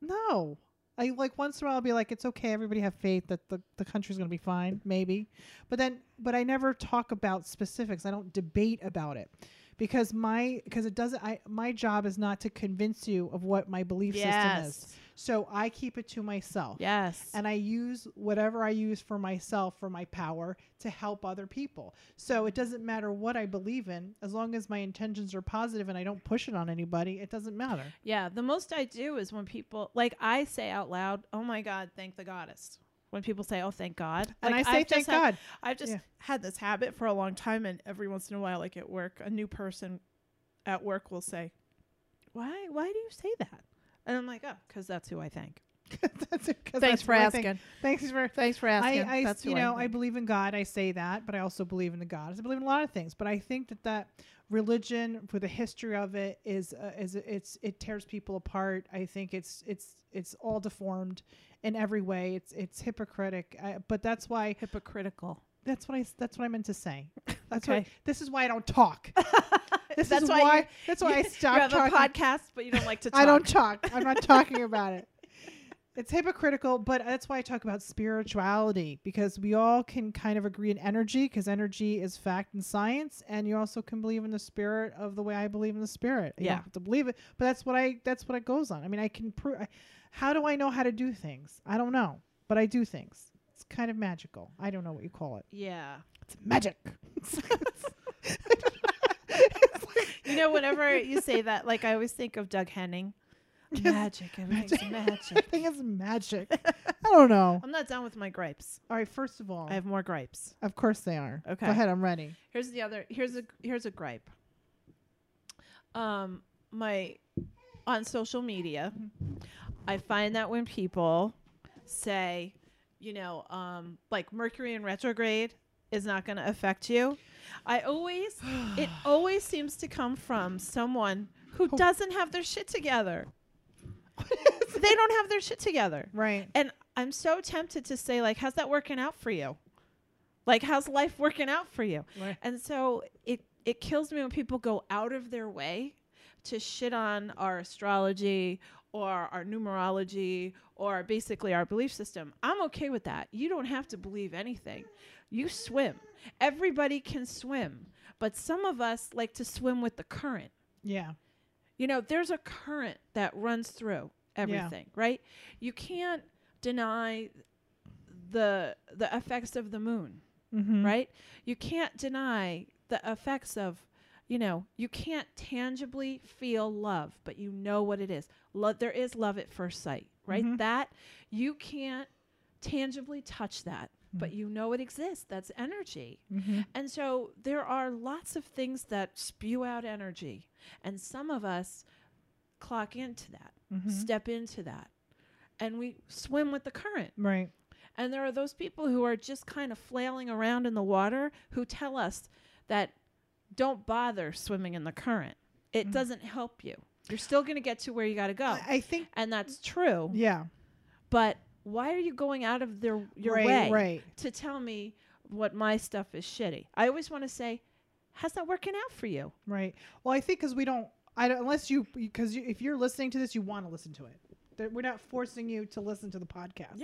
[SPEAKER 2] No. I like once in a while I'll be like, it's okay, everybody have faith that the, the country's gonna be fine, maybe. But then but I never talk about specifics. I don't debate about it. Because my because it doesn't I my job is not to convince you of what my belief system is.
[SPEAKER 1] Yes.
[SPEAKER 2] So I keep it to myself.
[SPEAKER 1] Yes.
[SPEAKER 2] And I use whatever I use for myself, for my power, to help other people. So it doesn't matter what I believe in, as long as my intentions are positive and I don't push it on anybody, it doesn't matter.
[SPEAKER 1] Yeah, the most I do is when people like I say out loud, "Oh my God, thank the goddess." When people say, "Oh, thank God,"
[SPEAKER 2] And
[SPEAKER 1] Like,
[SPEAKER 2] I say,
[SPEAKER 1] I've just
[SPEAKER 2] thank
[SPEAKER 1] had-
[SPEAKER 2] God.
[SPEAKER 1] I've just
[SPEAKER 2] Yeah.
[SPEAKER 1] had this habit for a long time, and every once in a while, like at work, a new person at work will say, "Why? Why do you say that?" And I'm like, "Oh, because that's who I thank."
[SPEAKER 2] <laughs> That's it,
[SPEAKER 1] Thanks
[SPEAKER 2] 'cause that's
[SPEAKER 1] for
[SPEAKER 2] what I think.
[SPEAKER 1] asking.
[SPEAKER 2] Thanks for
[SPEAKER 1] Thanks for
[SPEAKER 2] I,
[SPEAKER 1] asking.
[SPEAKER 2] I
[SPEAKER 1] that's
[SPEAKER 2] you
[SPEAKER 1] who
[SPEAKER 2] know,
[SPEAKER 1] I,
[SPEAKER 2] I
[SPEAKER 1] thank.
[SPEAKER 2] believe in God. I say that, but I also believe in the gods. I believe in a lot of things, but I think that that religion for the history of it is uh, is it's it tears people apart. I think it's it's it's all deformed in every way. It's it's hypocritic. I, but that's why
[SPEAKER 1] hypocritical.
[SPEAKER 2] that's what I s- that's what I meant to
[SPEAKER 1] <laughs>
[SPEAKER 2] say. That's
[SPEAKER 1] Okay.
[SPEAKER 2] why this is why I don't
[SPEAKER 1] <laughs>
[SPEAKER 2] talk. This
[SPEAKER 1] That's
[SPEAKER 2] is
[SPEAKER 1] why
[SPEAKER 2] why,
[SPEAKER 1] you-
[SPEAKER 2] that's why I
[SPEAKER 1] <laughs> you
[SPEAKER 2] stopped
[SPEAKER 1] have
[SPEAKER 2] talking.
[SPEAKER 1] a podcast, but you don't like <laughs> to. talk.
[SPEAKER 2] I don't talk. I'm not talking
[SPEAKER 1] <laughs>
[SPEAKER 2] about it. It's hypocritical, but that's why I talk about spirituality because we all can kind of agree in energy because energy is fact and science, and you also can believe in the spirit of the way I believe in the spirit. You
[SPEAKER 1] Yeah.
[SPEAKER 2] don't have to believe it, but that's what I that's what it goes on. I mean, I can prove. How do I know how to do things? I don't know, but I do things. It's kind of magical. I don't know what you call it.
[SPEAKER 1] Yeah.
[SPEAKER 2] It's magic.
[SPEAKER 1] <laughs>
[SPEAKER 2] <laughs>
[SPEAKER 1] You know, whenever you say that, like I always think of Doug <laughs> Henning. Magic, everything's <laughs> magic.
[SPEAKER 2] <laughs> Everything is magic. I don't know.
[SPEAKER 1] I'm not done with my gripes.
[SPEAKER 2] All right. First of all,
[SPEAKER 1] I have more gripes.
[SPEAKER 2] Of course they are.
[SPEAKER 1] Okay.
[SPEAKER 2] Go ahead, I'm ready.
[SPEAKER 1] Here's the other. Here's a here's a gripe. Um, my on social media, I find that when people say, you know, um, like Mercury in retrograde is not going to affect you. I always, it always seems to come from someone who doesn't have their shit together. they don't have their shit together.
[SPEAKER 2] right.
[SPEAKER 1] And I'm so tempted to say, like, how's that working out for you? Like, how's life working out for you?
[SPEAKER 2] Right.
[SPEAKER 1] And so it it kills me when people go out of their way to shit on our astrology or our numerology or basically our belief system. I'm okay with that. You don't have to believe anything. You swim. Everybody can swim, but some of us like to swim with the current.
[SPEAKER 2] Yeah.
[SPEAKER 1] You know, there's a current that runs through everything, right? You can't deny the the effects of the moon,
[SPEAKER 2] Mm-hmm.
[SPEAKER 1] right? You can't deny the effects of, you know, you can't tangibly feel love, but you know what it is. Love there is love at first sight, right?
[SPEAKER 2] Mhm.
[SPEAKER 1] That you can't tangibly touch that, but you know it exists. That's energy.
[SPEAKER 2] Mm-hmm.
[SPEAKER 1] And so there are lots of things that spew out energy, and some of us clock into that,
[SPEAKER 2] mm-hmm.
[SPEAKER 1] step into that, and we swim with the current.
[SPEAKER 2] Right.
[SPEAKER 1] And there are those people who are just kind of flailing around in the water who tell us that don't bother swimming in the current. It doesn't help you. You're still going to get to where you got to go.
[SPEAKER 2] Mm. I, I think.
[SPEAKER 1] and that's true.
[SPEAKER 2] Yeah.
[SPEAKER 1] But why are you going out of their, your
[SPEAKER 2] right.
[SPEAKER 1] way?
[SPEAKER 2] Right.
[SPEAKER 1] to tell me what my stuff is shitty. I always want to say, how's that working out for you?
[SPEAKER 2] Right. Well, I think because we don't, I don't, unless you, because you, if you're listening to this, you want to listen to it. That we're not forcing you to listen to the podcast.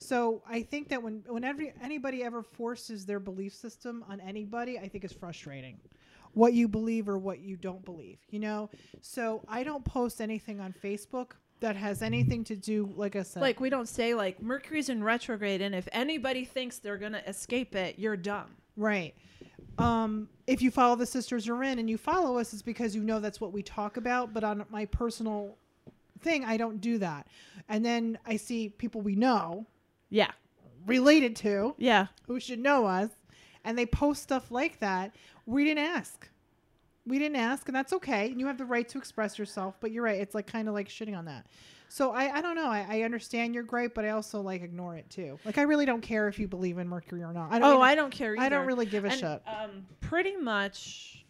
[SPEAKER 2] So I think that when when every, anybody ever forces their belief system on anybody, I think is frustrating. What you believe or what you don't believe, you know. So I don't post anything on Facebook that has anything to do, like I said,
[SPEAKER 1] Like we don't say like Mercury's in retrograde and if anybody thinks they're going to escape it, you're dumb.
[SPEAKER 2] Right. Um, if you follow the Sisters are in and you follow us, it's because you know that's what we talk about. But on my personal thing, I don't do that. And then I see people we know
[SPEAKER 1] Yeah.
[SPEAKER 2] related to
[SPEAKER 1] Yeah.
[SPEAKER 2] who should know us, and they post stuff like that. We didn't ask. We didn't ask, and that's okay. And you have the right to express yourself. But you're right; it's like kind of like shitting on that. So I, I don't know. I, I understand your gripe, but I also like ignore it too. Like I really don't care if you believe in Mercury or not. I don't
[SPEAKER 1] oh,
[SPEAKER 2] even-
[SPEAKER 1] I don't care either.
[SPEAKER 2] I don't really give a
[SPEAKER 1] And,
[SPEAKER 2] shit.
[SPEAKER 1] Um pretty much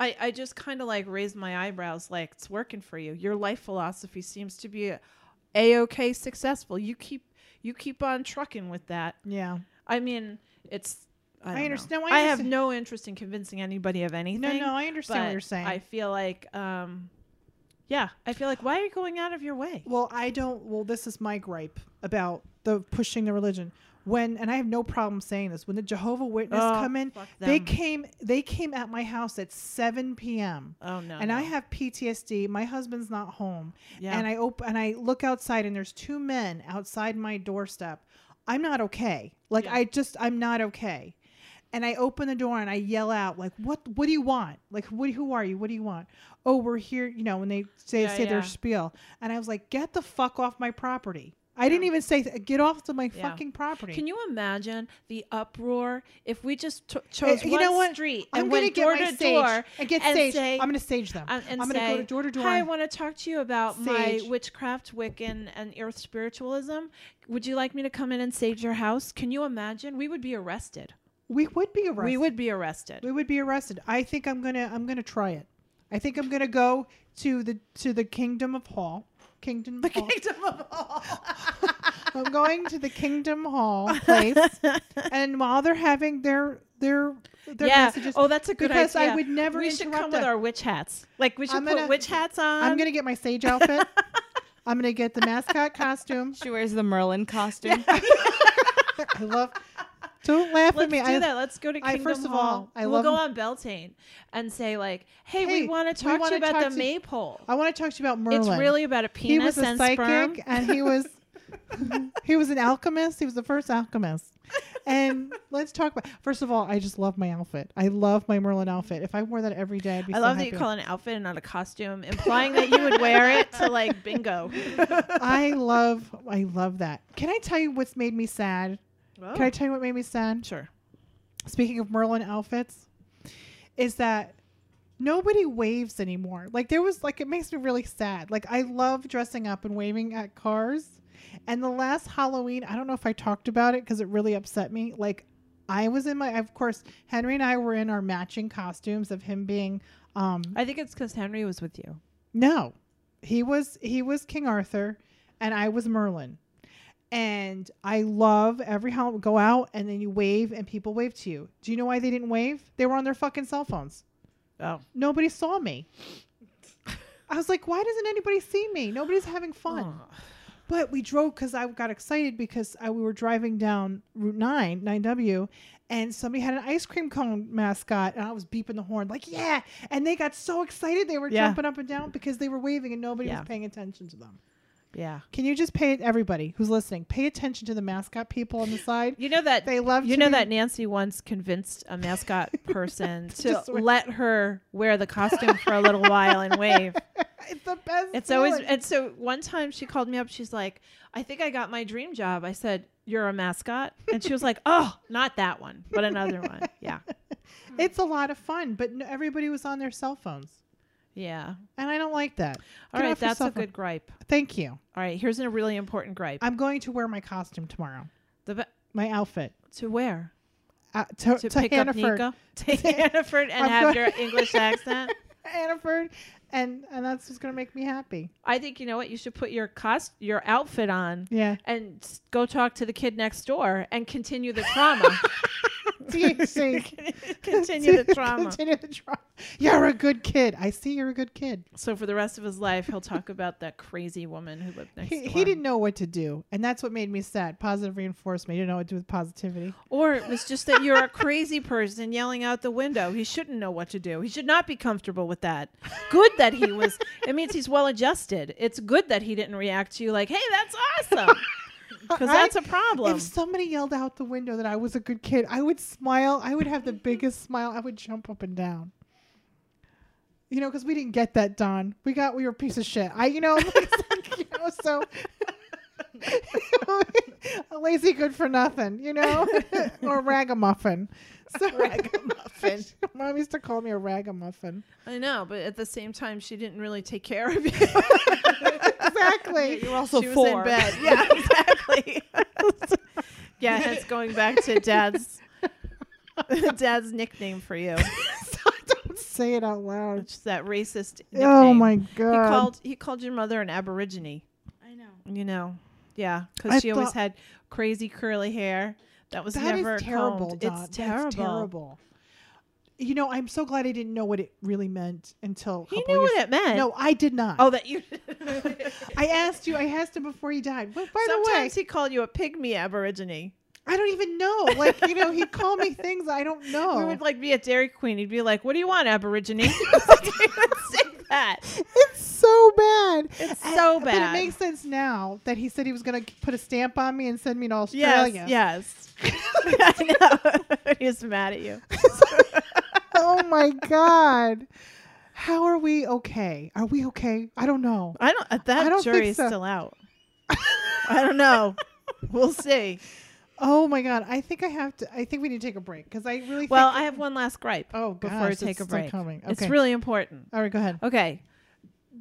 [SPEAKER 1] I I just kind of like raise my eyebrows like it's working for you. Your life philosophy seems to be a okay successful. You keep you keep on trucking with that.
[SPEAKER 2] Yeah.
[SPEAKER 1] I mean, it's. I, don't know.
[SPEAKER 2] understand why
[SPEAKER 1] I
[SPEAKER 2] you're
[SPEAKER 1] have
[SPEAKER 2] sa-
[SPEAKER 1] no interest in convincing anybody of anything.
[SPEAKER 2] No, no, I understand what
[SPEAKER 1] but
[SPEAKER 2] you're saying.
[SPEAKER 1] I feel like, um, yeah, I feel like why are you going out of your way?
[SPEAKER 2] well, I don't. Well, this is my gripe about the pushing the religion. When and I have no problem saying this. When the Jehovah Witness
[SPEAKER 1] Oh,
[SPEAKER 2] come in,
[SPEAKER 1] fuck
[SPEAKER 2] they
[SPEAKER 1] them.
[SPEAKER 2] came. They came at my house at 7 p.m.
[SPEAKER 1] Oh no.
[SPEAKER 2] and I
[SPEAKER 1] no.
[SPEAKER 2] have PTSD. My husband's not home,
[SPEAKER 1] Yeah.
[SPEAKER 2] and I open and I look outside, and there's two men outside my doorstep. I'm not okay. Like
[SPEAKER 1] Yeah.
[SPEAKER 2] I just I'm not okay. And I open the door and I yell out like, "What? What do you want? Like, what? Who are you? What do you want? Oh, we're here. You know, when they say
[SPEAKER 1] Yeah,
[SPEAKER 2] say
[SPEAKER 1] yeah.
[SPEAKER 2] their spiel, and I was like, "Get the fuck off my property." I didn't even say, "Get off to my
[SPEAKER 1] Yeah.
[SPEAKER 2] fucking property."
[SPEAKER 1] Can you imagine the uproor if we just t- chose
[SPEAKER 2] Uh, you
[SPEAKER 1] one
[SPEAKER 2] know what?
[SPEAKER 1] street
[SPEAKER 2] I'm
[SPEAKER 1] and
[SPEAKER 2] gonna
[SPEAKER 1] went
[SPEAKER 2] get
[SPEAKER 1] door
[SPEAKER 2] my
[SPEAKER 1] to
[SPEAKER 2] sage
[SPEAKER 1] door
[SPEAKER 2] and get
[SPEAKER 1] and
[SPEAKER 2] sage.
[SPEAKER 1] say-
[SPEAKER 2] I'm gonna sage them.
[SPEAKER 1] and, and
[SPEAKER 2] I'm
[SPEAKER 1] say,
[SPEAKER 2] gonna go to door to door.
[SPEAKER 1] Hi, I
[SPEAKER 2] and-
[SPEAKER 1] want to talk to you about my
[SPEAKER 2] Sage.
[SPEAKER 1] witchcraft, Wiccan, and earth spiritualism. Would you like me to come in and sage your house? Can you imagine? We would be arrested.
[SPEAKER 2] we would be arrested.
[SPEAKER 1] We would be arrested.
[SPEAKER 2] We would be arrested. I think I'm gonna I'm gonna try it. I think I'm gonna go to the to the kingdom of Hall. Kingdom the Hall.
[SPEAKER 1] Kingdom of <laughs> all.
[SPEAKER 2] I'm
[SPEAKER 1] <laughs>
[SPEAKER 2] going to the Kingdom Hall place, and while they're having their their <laughs> their
[SPEAKER 1] yeah.
[SPEAKER 2] messages,
[SPEAKER 1] Oh, that's a good
[SPEAKER 2] because
[SPEAKER 1] idea.
[SPEAKER 2] I would never
[SPEAKER 1] We should
[SPEAKER 2] interrupt
[SPEAKER 1] come
[SPEAKER 2] them.
[SPEAKER 1] with our witch hats. Like we should
[SPEAKER 2] I'm
[SPEAKER 1] put
[SPEAKER 2] gonna-
[SPEAKER 1] witch hats on.
[SPEAKER 2] I'm gonna get my
[SPEAKER 1] <laughs>
[SPEAKER 2] sage outfit. I'm gonna get the mascot costume.
[SPEAKER 4] She wears the Merlin costume.
[SPEAKER 2] I love. Don't laugh
[SPEAKER 1] Let's
[SPEAKER 2] at me.
[SPEAKER 1] do
[SPEAKER 2] I,
[SPEAKER 1] that. Let's go to
[SPEAKER 2] I-
[SPEAKER 1] Kingdom
[SPEAKER 2] first of
[SPEAKER 1] Hall.
[SPEAKER 2] all, I
[SPEAKER 1] we'll
[SPEAKER 2] love-
[SPEAKER 1] go on Beltane and say like, "Hey,
[SPEAKER 2] Hey,
[SPEAKER 1] we want
[SPEAKER 2] we
[SPEAKER 1] to talk to
[SPEAKER 2] wanna
[SPEAKER 1] you about
[SPEAKER 2] talk
[SPEAKER 1] the
[SPEAKER 2] to-
[SPEAKER 1] maypole.
[SPEAKER 2] I want to talk to you about Merlin.
[SPEAKER 1] It's really about a
[SPEAKER 2] he
[SPEAKER 1] penis
[SPEAKER 2] was a
[SPEAKER 1] and
[SPEAKER 2] psychic,
[SPEAKER 1] sperm."
[SPEAKER 2] and he
[SPEAKER 1] <laughs>
[SPEAKER 2] was he was an alchemist. He was the first alchemist. And let's talk about first of all, I just love my outfit. I love my Merlin outfit. If I wore that every day, I'd be
[SPEAKER 1] I
[SPEAKER 2] so
[SPEAKER 1] love that
[SPEAKER 2] happy.
[SPEAKER 1] you call it an outfit and not a costume, implying that you would wear it to like <laughs> bingo.
[SPEAKER 2] I love I love that. Can I tell you what's made me sad? Can I tell you what made me sad?
[SPEAKER 1] sure.
[SPEAKER 2] Speaking of Merlin outfits, is that nobody waves anymore. Like there was like it makes me really sad. Like I love dressing up and waving at cars. And the last Halloween, I don't know if I talked about it because it really upset me. Like, I was in my, of course, Henry and I were in our matching costumes of him being, um,
[SPEAKER 1] I think it's because Henry was with you.
[SPEAKER 2] no, he was he was King Arthur, and I was Merlin. And I love every Halloween. Go out and then you wave and people wave to you. Do you know why they didn't wave? They were on their fucking cell phones.
[SPEAKER 1] Oh.
[SPEAKER 2] Nobody saw me. I was like, why doesn't anybody see me? Nobody's having fun. But we drove because I got excited because I, we were driving down Route 9, 9W, and somebody had an ice cream cone mascot, and I was beeping the horn, like, yeah. And they got so excited. They were
[SPEAKER 1] Yeah.
[SPEAKER 2] jumping up and down because they were waving and nobody
[SPEAKER 1] Yeah.
[SPEAKER 2] was paying attention to them.
[SPEAKER 1] Yeah.
[SPEAKER 2] Can you just pay everybody who's listening, pay attention to the mascot people on the side?
[SPEAKER 1] You know that
[SPEAKER 2] They love
[SPEAKER 1] You
[SPEAKER 2] to
[SPEAKER 1] know
[SPEAKER 2] be-
[SPEAKER 1] that Nancy once convinced a
[SPEAKER 2] <laughs>
[SPEAKER 1] mascot person to
[SPEAKER 2] Just wear-
[SPEAKER 1] let her wear the costume for a little while and
[SPEAKER 2] <laughs>
[SPEAKER 1] wave.
[SPEAKER 2] It's the best.
[SPEAKER 1] It's always
[SPEAKER 2] feeling.
[SPEAKER 1] and so one time she called me up, she's like, I think I got my dream job. I said, You're a mascot? And she was <laughs> like, Oh, not that one, but another one. <laughs> Yeah.
[SPEAKER 2] it's a lot of fun, but no, everybody was on their cell phones,
[SPEAKER 1] Yeah.
[SPEAKER 2] and I don't like that.
[SPEAKER 1] All
[SPEAKER 2] Get
[SPEAKER 1] right,
[SPEAKER 2] off your
[SPEAKER 1] that's
[SPEAKER 2] cell
[SPEAKER 1] a
[SPEAKER 2] phone.
[SPEAKER 1] good gripe.
[SPEAKER 2] Thank you.
[SPEAKER 1] All right, here's a really important gripe.
[SPEAKER 2] I'm going to wear my costume tomorrow.
[SPEAKER 1] The ba-
[SPEAKER 2] My outfit
[SPEAKER 1] to where?
[SPEAKER 2] uh, <laughs> to,
[SPEAKER 1] To,
[SPEAKER 2] to,
[SPEAKER 1] pick
[SPEAKER 2] Hannaford.
[SPEAKER 1] up Nika? To Hannaford and
[SPEAKER 2] I'm
[SPEAKER 1] have
[SPEAKER 2] going-
[SPEAKER 1] your
[SPEAKER 2] <laughs>
[SPEAKER 1] English accent?
[SPEAKER 2] Hannaford, and and that's what's going to make me happy.
[SPEAKER 1] I think you know what? You should put your cost your outfit on
[SPEAKER 2] <laughs> Yeah.
[SPEAKER 1] and s- go talk to the kid next door and continue the
[SPEAKER 2] <laughs>
[SPEAKER 1] trauma.
[SPEAKER 2] THC.
[SPEAKER 1] <laughs> continue the trauma.
[SPEAKER 2] Continue the trauma. You're a good kid. I see you're a good kid.
[SPEAKER 1] So for the rest of his life, he'll talk about that crazy woman who lived next
[SPEAKER 2] He,
[SPEAKER 1] door.
[SPEAKER 2] he didn't know what to do, and that's what made me sad. Positive reinforcement. He didn't know what to do with positivity.
[SPEAKER 1] Or it was just that you're a crazy person yelling out the window. He shouldn't know what to do. He should not be comfortable with that. Good that he was. It means he's well adjusted. It's good that he didn't react to you like, "Hey, that's <laughs> awesome," because
[SPEAKER 2] I-
[SPEAKER 1] that's a problem.
[SPEAKER 2] If somebody yelled out the window that I was a good kid, I would smile. I would
[SPEAKER 1] <laughs>
[SPEAKER 2] have the biggest smile. I would jump up and down. You know, because we didn't get that, Don. We got we were a piece of shit. I, you know, <laughs> it's like, you know, so <laughs> a lazy good for nothing, you know, <laughs> or ragamuffin. So <laughs> ragamuffin. <laughs> Mom used to call me
[SPEAKER 1] <laughs>
[SPEAKER 2] a ragamuffin.
[SPEAKER 1] I know, but at the same time, she didn't really take care <laughs> of you.
[SPEAKER 2] Exactly.
[SPEAKER 1] You're also she Was
[SPEAKER 4] four.
[SPEAKER 1] in <laughs>
[SPEAKER 2] <laughs>
[SPEAKER 1] bed. Yeah, exactly. <laughs> yeah, and it's going back to dad's <laughs> dad's nickname for you,
[SPEAKER 2] Don't say it out loud.
[SPEAKER 1] which is that racist. Nickname.
[SPEAKER 2] Oh my god.
[SPEAKER 1] He called he called your mother an aborigine.
[SPEAKER 4] I know.
[SPEAKER 1] You know, yeah,
[SPEAKER 2] I
[SPEAKER 1] because she always
[SPEAKER 2] thought-
[SPEAKER 1] had crazy curly hair that was
[SPEAKER 2] That is
[SPEAKER 1] never
[SPEAKER 2] terrible.
[SPEAKER 1] combed.
[SPEAKER 2] Don.
[SPEAKER 1] It's terrible.
[SPEAKER 2] That's terrible. You know, I'm so glad I didn't know what it really meant until a
[SPEAKER 1] He
[SPEAKER 2] couple
[SPEAKER 1] knew
[SPEAKER 2] years.
[SPEAKER 1] what it meant.
[SPEAKER 2] No, I did not.
[SPEAKER 1] Oh, that you. <laughs>
[SPEAKER 2] I asked you. I asked him before he died. But by
[SPEAKER 1] Sometimes
[SPEAKER 2] the way,
[SPEAKER 1] he called you a pygmy aborigine.
[SPEAKER 2] I don't even know. Like you know, he'd call me things I don't know.
[SPEAKER 1] <laughs> We would like be at Dairy Queen. He'd be like, "What do you want, aborigine?" <laughs> He
[SPEAKER 2] <laughs>
[SPEAKER 1] would say that.
[SPEAKER 2] it's so bad.
[SPEAKER 1] It's
[SPEAKER 2] And-
[SPEAKER 1] so
[SPEAKER 2] But it
[SPEAKER 1] bad.
[SPEAKER 2] makes sense now that he said he was going to put a stamp on me and send me to
[SPEAKER 1] Yes,
[SPEAKER 2] Australia.
[SPEAKER 1] yes. <laughs> I know. <laughs> He's mad at you.
[SPEAKER 2] oh my god. How are we okay? Are we okay? I don't know.
[SPEAKER 1] I don't. uh, That
[SPEAKER 2] I don't think
[SPEAKER 1] jury is
[SPEAKER 2] so.
[SPEAKER 1] still out. I don't
[SPEAKER 2] <laughs>
[SPEAKER 1] know. We'll see.
[SPEAKER 2] Oh my god! I think I have to. I think we need to take a break because I really.
[SPEAKER 1] Well,
[SPEAKER 2] think
[SPEAKER 1] I have one last gripe.
[SPEAKER 2] Oh,
[SPEAKER 1] before we
[SPEAKER 2] gosh,
[SPEAKER 1] take
[SPEAKER 2] it's
[SPEAKER 1] a
[SPEAKER 2] still
[SPEAKER 1] break,
[SPEAKER 2] coming.
[SPEAKER 1] it's
[SPEAKER 2] Okay.
[SPEAKER 1] really important.
[SPEAKER 2] All right, go ahead.
[SPEAKER 1] Okay.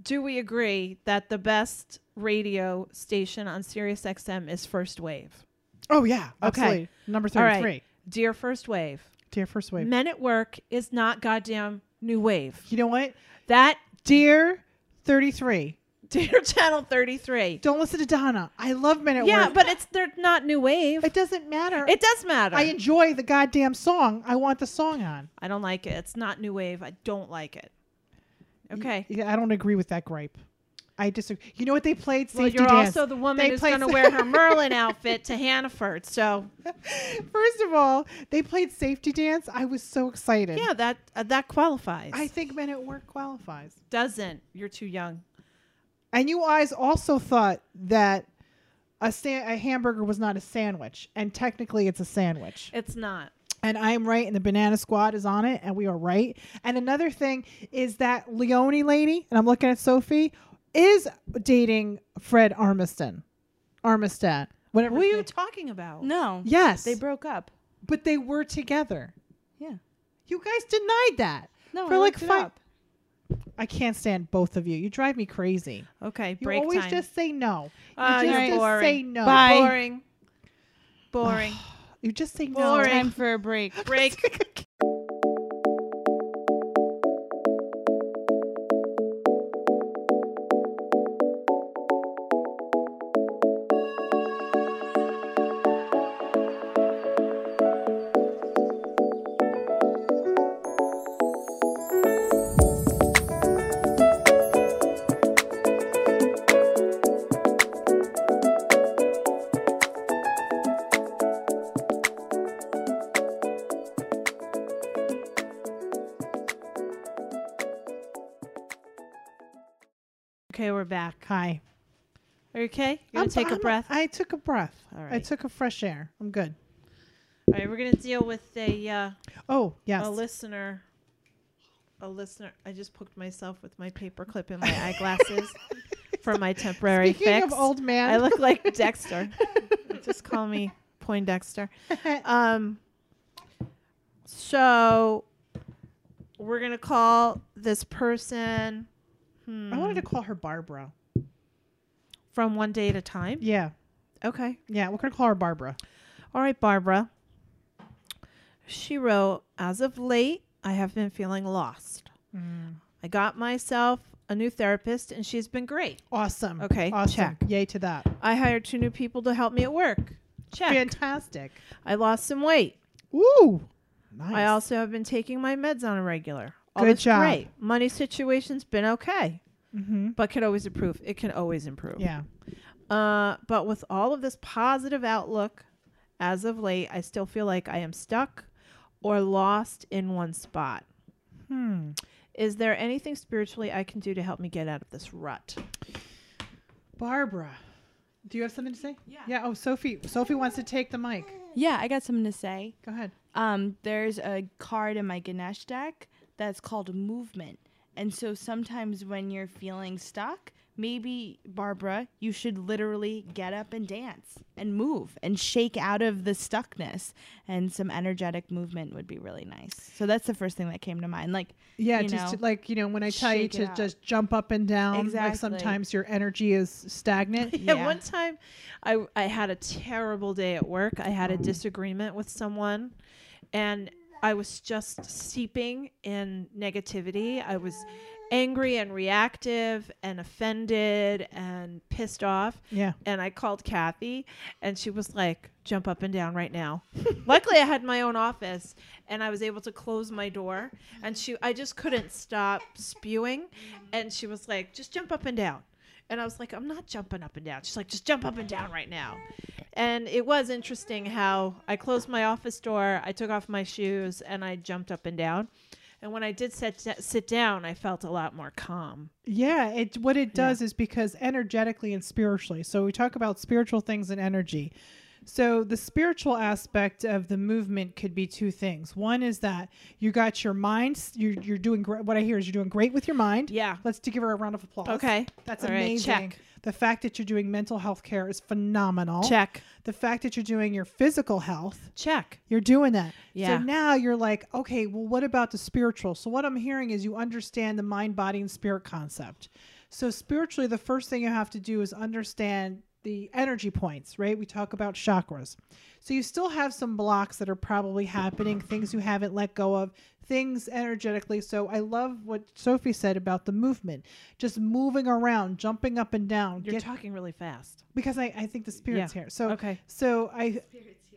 [SPEAKER 1] Do we agree that the best radio station on Sirius XM is First Wave?
[SPEAKER 2] Oh yeah,
[SPEAKER 1] Okay.
[SPEAKER 2] absolutely. Number
[SPEAKER 1] All right.
[SPEAKER 2] thirty-three.
[SPEAKER 1] Dear First Wave,
[SPEAKER 2] Dear First Wave.
[SPEAKER 1] Men at Work is not goddamn New Wave.
[SPEAKER 2] You know what?
[SPEAKER 1] That <laughs>
[SPEAKER 2] Dear thirty-three.
[SPEAKER 1] Dear Channel 33.
[SPEAKER 2] Don't listen to Donna. I love Men at
[SPEAKER 1] yeah,
[SPEAKER 2] Work.
[SPEAKER 1] but it's they're not New Wave.
[SPEAKER 2] it doesn't matter.
[SPEAKER 1] It does matter.
[SPEAKER 2] I enjoy the goddamn song. I want the song on.
[SPEAKER 1] I don't like it. It's not new wave. I don't like it. Okay.
[SPEAKER 2] Yeah, I don't agree with that gripe. I disagree. You know what they played?
[SPEAKER 1] Well,
[SPEAKER 2] Safety
[SPEAKER 1] you're
[SPEAKER 2] dance.
[SPEAKER 1] also the woman
[SPEAKER 2] They
[SPEAKER 1] who's
[SPEAKER 2] play
[SPEAKER 1] going to
[SPEAKER 2] sa-
[SPEAKER 1] wear
[SPEAKER 2] <laughs>
[SPEAKER 1] her Merlin outfit to Hannaford. So
[SPEAKER 2] First of all, they played Safety Dance. I was so excited.
[SPEAKER 1] yeah, that uh, that qualifies.
[SPEAKER 2] I think Men at Work qualifies.
[SPEAKER 1] Doesn't you're too young.
[SPEAKER 2] And you eyes also thought that a, sa- a hamburger was not a sandwich, and technically it's a sandwich.
[SPEAKER 1] It's not.
[SPEAKER 2] And I am right, and the Banana Squad is on it, and we are right. And another thing is that Leone lady, and I'm looking at Sophie, is dating Fred Armiston, Armistad, whatever.
[SPEAKER 1] What are
[SPEAKER 2] his
[SPEAKER 1] you
[SPEAKER 2] name-
[SPEAKER 1] talking about?
[SPEAKER 4] No.
[SPEAKER 2] yes,
[SPEAKER 4] They broke up.
[SPEAKER 2] but they were together.
[SPEAKER 4] Yeah.
[SPEAKER 2] You guys denied that
[SPEAKER 4] No,
[SPEAKER 2] for
[SPEAKER 4] I
[SPEAKER 2] like
[SPEAKER 4] looked it
[SPEAKER 2] five.
[SPEAKER 4] up.
[SPEAKER 2] I can't stand both of you. You drive me crazy.
[SPEAKER 1] Okay,
[SPEAKER 2] You
[SPEAKER 1] break
[SPEAKER 2] always
[SPEAKER 1] time.
[SPEAKER 2] just say no. You
[SPEAKER 1] Ah,
[SPEAKER 2] just,
[SPEAKER 1] you're
[SPEAKER 2] just
[SPEAKER 1] boring.
[SPEAKER 2] say no.
[SPEAKER 4] Bye.
[SPEAKER 1] Boring.
[SPEAKER 2] <sighs>
[SPEAKER 4] Boring.
[SPEAKER 2] You just say no.
[SPEAKER 1] Boring.
[SPEAKER 4] Time for a break.
[SPEAKER 1] Break. Okay, we're back.
[SPEAKER 2] Hi.
[SPEAKER 1] Are you okay? You gonna take
[SPEAKER 2] a
[SPEAKER 1] a breath?
[SPEAKER 2] I took a breath.
[SPEAKER 1] All
[SPEAKER 2] I
[SPEAKER 1] right.
[SPEAKER 2] took a fresh air. I'm good.
[SPEAKER 1] All right, we're gonna deal with a uh,
[SPEAKER 2] Oh, yes.
[SPEAKER 1] a listener. A listener. I just poked myself with my paper clip in my eyeglasses
[SPEAKER 2] <laughs>
[SPEAKER 1] for my temporary
[SPEAKER 2] Speaking
[SPEAKER 1] fix.
[SPEAKER 2] of old man,
[SPEAKER 1] I look <laughs> like Dexter. just call me <laughs> Poindexter. Um, so we're gonna call this person.
[SPEAKER 2] I wanted
[SPEAKER 1] hmm,
[SPEAKER 2] to call her Barbara.
[SPEAKER 1] from one day at a time.
[SPEAKER 2] Yeah.
[SPEAKER 1] Okay.
[SPEAKER 2] Yeah. We're going to call her Barbara.
[SPEAKER 1] All right, Barbara. She wrote, As of late, I have been feeling lost. I got myself a new therapist, and she's been great.
[SPEAKER 2] Awesome.
[SPEAKER 1] Okay,
[SPEAKER 2] Awesome.
[SPEAKER 1] check.
[SPEAKER 2] Yay to that.
[SPEAKER 1] I hired two new people to help me at work. Check.
[SPEAKER 2] Fantastic.
[SPEAKER 1] I lost some weight.
[SPEAKER 2] Ooh. Nice.
[SPEAKER 1] I also have been taking my meds on a regular. All
[SPEAKER 2] Good
[SPEAKER 1] is
[SPEAKER 2] job.
[SPEAKER 1] Great. Money situation's been okay,
[SPEAKER 2] Mm-hmm.
[SPEAKER 1] but can always improve. It can always improve.
[SPEAKER 2] Yeah.
[SPEAKER 1] Uh, but with all of this positive outlook as of late, I still feel like I am stuck or lost in one spot.
[SPEAKER 2] Hmm.
[SPEAKER 1] Is there anything spiritually I can do to help me get out of this rut?
[SPEAKER 2] Barbara, do you have something to say?
[SPEAKER 4] Yeah.
[SPEAKER 2] Yeah. Oh, Sophie. Sophie wants to take the mic.
[SPEAKER 4] Yeah, I got something to say.
[SPEAKER 2] Go ahead.
[SPEAKER 4] Um, there's a card in my Ganesh deck that's called movement. And so sometimes when you're feeling stuck, maybe Barbara, you should literally get up and dance and move and shake out of the stuckness. And some energetic movement would be really nice. So that's the first thing that came to mind. Like,
[SPEAKER 2] Yeah,
[SPEAKER 4] you
[SPEAKER 2] just to,
[SPEAKER 4] know,
[SPEAKER 2] like you know, when I tell you
[SPEAKER 4] shake it
[SPEAKER 2] to
[SPEAKER 4] out.
[SPEAKER 2] just jump up and down, like
[SPEAKER 4] Exactly.
[SPEAKER 2] sometimes your energy is stagnant.
[SPEAKER 1] <laughs> Yeah.
[SPEAKER 4] Yeah.
[SPEAKER 1] One time, I I had a terrible day at work. I had a disagreement with someone, and I was just seeping in negativity. I was angry and reactive and offended and pissed off.
[SPEAKER 2] Yeah.
[SPEAKER 1] And I called Kathy, and she was like, "Jump up and down right now." <laughs> Luckily, I had my own office, and I was able to close my door. And she, I just couldn't stop spewing, and she was like, "Just jump up and down." And I was like, I'm not jumping up and down. She's like, just jump up and down right now. And it was interesting how I closed my office door, I took off my shoes, and I jumped up and down. And when I did sit, sit down, I felt a lot more calm.
[SPEAKER 2] Yeah, it what it does is because energetically and spiritually. So we talk about spiritual things and energy. So the spiritual aspect of the movement could be two things. One is that you got your mind. s- You're, you're doing great. What I hear is you're doing great with your mind.
[SPEAKER 1] Yeah.
[SPEAKER 2] Let's to give her a round of applause.
[SPEAKER 1] Okay.
[SPEAKER 2] That's
[SPEAKER 1] All right,
[SPEAKER 2] amazing.
[SPEAKER 1] check.
[SPEAKER 2] The fact that you're doing mental health care is phenomenal.
[SPEAKER 1] Check.
[SPEAKER 2] The fact that you're doing your physical health
[SPEAKER 1] Check.
[SPEAKER 2] you're doing that.
[SPEAKER 1] Yeah.
[SPEAKER 2] So now you're like, okay, well, what about the spiritual? So what I'm hearing is you understand the mind, body, and spirit concept. So spiritually, the first thing you have to do is understand the energy points, right? We talk about chakras. So you still have some blocks that are probably happening, things you haven't let go of, things energetically. So I love what Sophie said about the movement, just moving around, jumping up and down,
[SPEAKER 1] You're
[SPEAKER 2] get-
[SPEAKER 1] talking really fast.
[SPEAKER 2] because I, I think the spirit's
[SPEAKER 1] Yeah.
[SPEAKER 2] here. So
[SPEAKER 1] Okay.
[SPEAKER 2] so I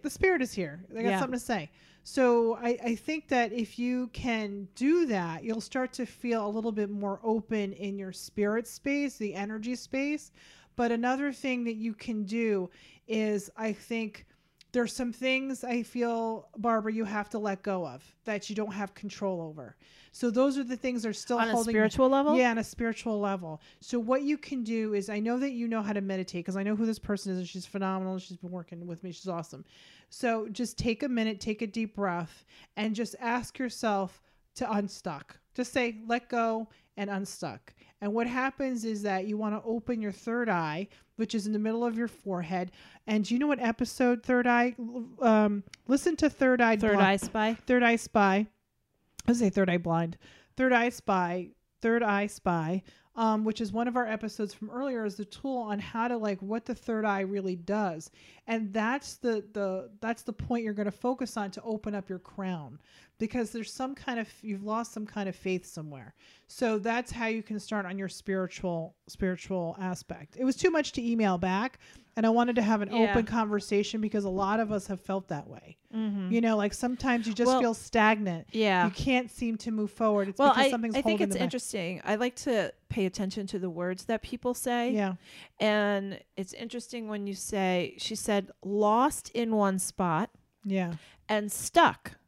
[SPEAKER 2] the spirit is here. I got
[SPEAKER 1] Yeah.
[SPEAKER 2] something to say. So I, I think that if you can do that, you'll start to feel a little bit more open in your spirit space, the energy space. But another thing that you can do is I think there's some things I feel, Barbara, you have to let go of that you don't have control over. So those are the things that are still
[SPEAKER 1] On a
[SPEAKER 2] holding
[SPEAKER 1] spiritual level?
[SPEAKER 2] yeah, on a spiritual level. So what you can do is, I know that you know how to meditate because I know who this person is, and she's phenomenal. She's been working with me. She's awesome. So just take a minute, take a deep breath, and just ask yourself to unstuck. Just say, let go and unstuck. And what happens is that you want to open your third eye, which is in the middle of your forehead. And do you know what episode third eye? Um, listen to third eye.
[SPEAKER 1] Third
[SPEAKER 2] Blind-
[SPEAKER 1] eye spy.
[SPEAKER 2] Third Eye Spy. I was gonna say Third Eye Blind. Third Eye Spy. Third Eye Spy, um, which is one of our episodes from earlier, is the tool on how to like what the third eye really does, and that's the the that's the point you're going to focus on to open up your crown, because there's some kind of you've lost some kind of faith somewhere, so that's how you can start on your spiritual spiritual aspect. It was too much to email back, and I wanted to have an
[SPEAKER 1] Yeah.
[SPEAKER 2] open conversation because a lot of us have felt that way.
[SPEAKER 1] Mm-hmm.
[SPEAKER 2] You know, like sometimes you just
[SPEAKER 1] Well-
[SPEAKER 2] feel stagnant.
[SPEAKER 1] Yeah.
[SPEAKER 2] You can't seem to move forward. It's
[SPEAKER 1] well,
[SPEAKER 2] because
[SPEAKER 1] I,
[SPEAKER 2] something's
[SPEAKER 1] I think
[SPEAKER 2] holding
[SPEAKER 1] it's
[SPEAKER 2] them back.
[SPEAKER 1] interesting. I like to pay attention to the words that people say.
[SPEAKER 2] Yeah.
[SPEAKER 1] And it's interesting when you say, she said, lost in one spot
[SPEAKER 2] Yeah.
[SPEAKER 1] and stuck,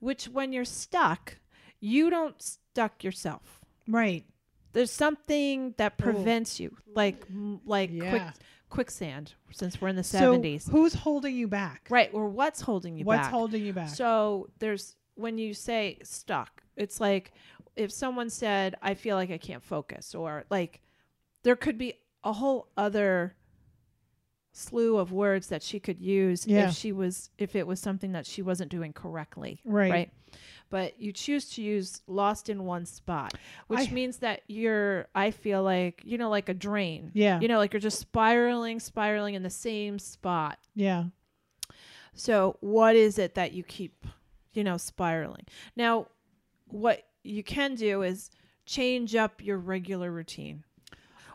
[SPEAKER 1] which when you're stuck, you don't stuck yourself.
[SPEAKER 2] Right.
[SPEAKER 1] There's something that prevents you, like like quick,
[SPEAKER 2] Oh. Yeah.
[SPEAKER 1] quicksand. Since we're in the
[SPEAKER 2] So
[SPEAKER 1] seventies,
[SPEAKER 2] who's holding you back?
[SPEAKER 1] right? Or what's holding you
[SPEAKER 2] What's
[SPEAKER 1] back?
[SPEAKER 2] holding you back?
[SPEAKER 1] So there's when you say stuck, it's like if someone said, I feel like I can't focus, or like there could be a whole other slew of words that she could use
[SPEAKER 2] Yeah.
[SPEAKER 1] if she was if it was something that she wasn't doing correctly.
[SPEAKER 2] Right.
[SPEAKER 1] Right. But you choose to use lost in one spot, which
[SPEAKER 2] I-
[SPEAKER 1] means that you're I feel like, you know, like a drain.
[SPEAKER 2] Yeah.
[SPEAKER 1] You know, like you're just spiraling, spiraling in the same spot.
[SPEAKER 2] yeah.
[SPEAKER 1] So, what is it that you keep, you know, spiraling? Now, what you can do is change up your regular routine.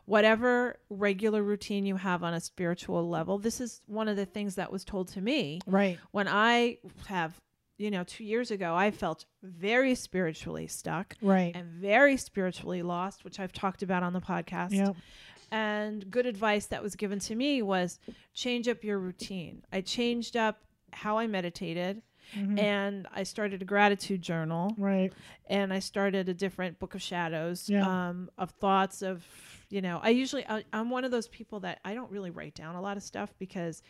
[SPEAKER 1] Whatever regular routine you have on a spiritual level, this is one of the things that was told to me
[SPEAKER 2] Right.
[SPEAKER 1] when I have, you know, two years ago, I felt very spiritually stuck
[SPEAKER 2] Right.
[SPEAKER 1] and very spiritually lost, which I've talked about on the podcast.
[SPEAKER 2] Yeah.
[SPEAKER 1] And good advice that was given to me was change up your routine. I changed up how I meditated
[SPEAKER 2] Mm.
[SPEAKER 1] and I started a gratitude journal
[SPEAKER 2] Mm-hmm. Right.
[SPEAKER 1] and I started a different book of shadows
[SPEAKER 2] Yeah.
[SPEAKER 1] um, of thoughts of, you know, I usually, I, I'm one of those people that I don't really write down a lot of stuff because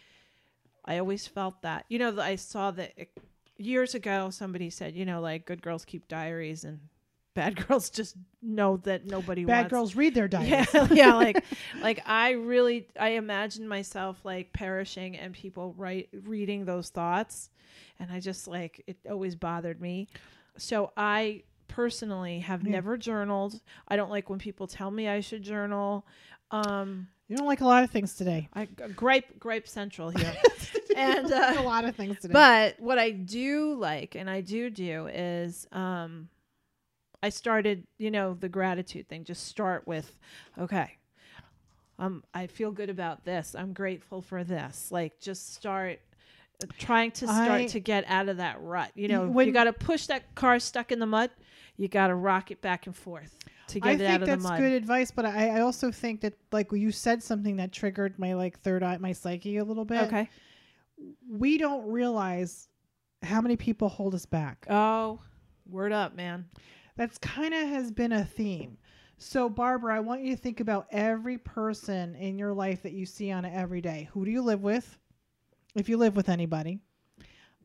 [SPEAKER 1] I always felt that, you know, that I saw that it, years ago somebody said, you know, like good girls keep diaries and bad <laughs> girls just know that nobody
[SPEAKER 2] Bad
[SPEAKER 1] wants
[SPEAKER 2] girls read their diaries.
[SPEAKER 1] yeah, <laughs> yeah, like like I really I imagine myself like perishing and people write reading those thoughts and I just like it always bothered me. So I personally have
[SPEAKER 2] Yeah.
[SPEAKER 1] never journaled. I don't like when people tell me I should journal. Um
[SPEAKER 2] You don't like a lot of things
[SPEAKER 1] <laughs>
[SPEAKER 2] today.
[SPEAKER 1] I gripe gripe central here. And,
[SPEAKER 2] You don't like
[SPEAKER 1] uh,
[SPEAKER 2] a lot of things today.
[SPEAKER 1] But what I do like and I do do is um I started, you know, the gratitude thing. Just start with okay. Um I feel good about this. I'm grateful for this. Like just start uh, trying to start
[SPEAKER 2] I-
[SPEAKER 1] to get out of that rut. You know,
[SPEAKER 2] when-
[SPEAKER 1] you got to push that car stuck in the mud. You got to rock it back and forth to get
[SPEAKER 2] I
[SPEAKER 1] it
[SPEAKER 2] think
[SPEAKER 1] out of
[SPEAKER 2] that's
[SPEAKER 1] the mud.
[SPEAKER 2] good advice, but I, I also think that like you said something that triggered my like third eye, my psyche a little bit.
[SPEAKER 1] Okay.
[SPEAKER 2] We don't realize how many people hold us back.
[SPEAKER 1] Oh, word up, man.
[SPEAKER 2] That's kind of has been a theme. So, Barbara, I want you to think about every person in your life that you see on a every day. Who do you live with? If you live with anybody,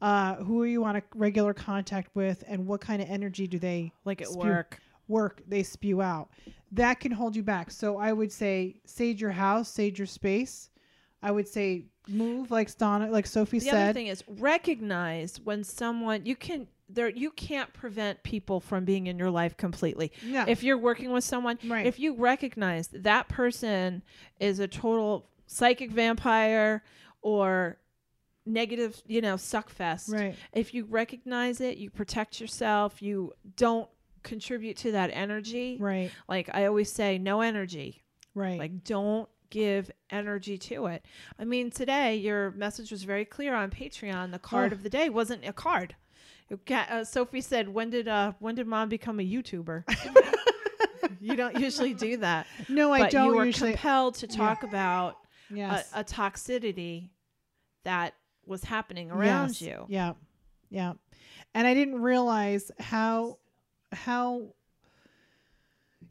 [SPEAKER 2] uh, who are you on a regular contact with, and what kind of energy do they
[SPEAKER 1] Like at
[SPEAKER 2] Spew-
[SPEAKER 1] work.
[SPEAKER 2] work they spew out? That can hold you back. So, I would say sage your house, sage your space. I would say move, like Donna, like Sophie
[SPEAKER 1] the other
[SPEAKER 2] said.
[SPEAKER 1] thing is recognize when someone you can there you can't prevent people from being in your life completely
[SPEAKER 2] No.
[SPEAKER 1] if you're working with someone
[SPEAKER 2] Uh, Right.
[SPEAKER 1] if you recognize that that person is a total psychic vampire or negative you know suck fest
[SPEAKER 2] right.
[SPEAKER 1] if you recognize it you protect yourself you don't contribute to that energy
[SPEAKER 2] Right.
[SPEAKER 1] like i always say no energy
[SPEAKER 2] Right.
[SPEAKER 1] like, don't give energy to it. I mean, today your message was very clear on Patreon. The card
[SPEAKER 2] Oh.
[SPEAKER 1] of the day wasn't a card. You ca- Uh, Sophie said, "When did uh, when did mom become a
[SPEAKER 2] <laughs>
[SPEAKER 1] YouTuber?" you don't usually do that,
[SPEAKER 2] no, I
[SPEAKER 1] but
[SPEAKER 2] don't
[SPEAKER 1] you were
[SPEAKER 2] usually.
[SPEAKER 1] compelled to talk about
[SPEAKER 2] yes.
[SPEAKER 1] a, a toxicity that was happening around
[SPEAKER 2] Yes.
[SPEAKER 1] you.
[SPEAKER 2] Yeah. Yeah. And I didn't realize how how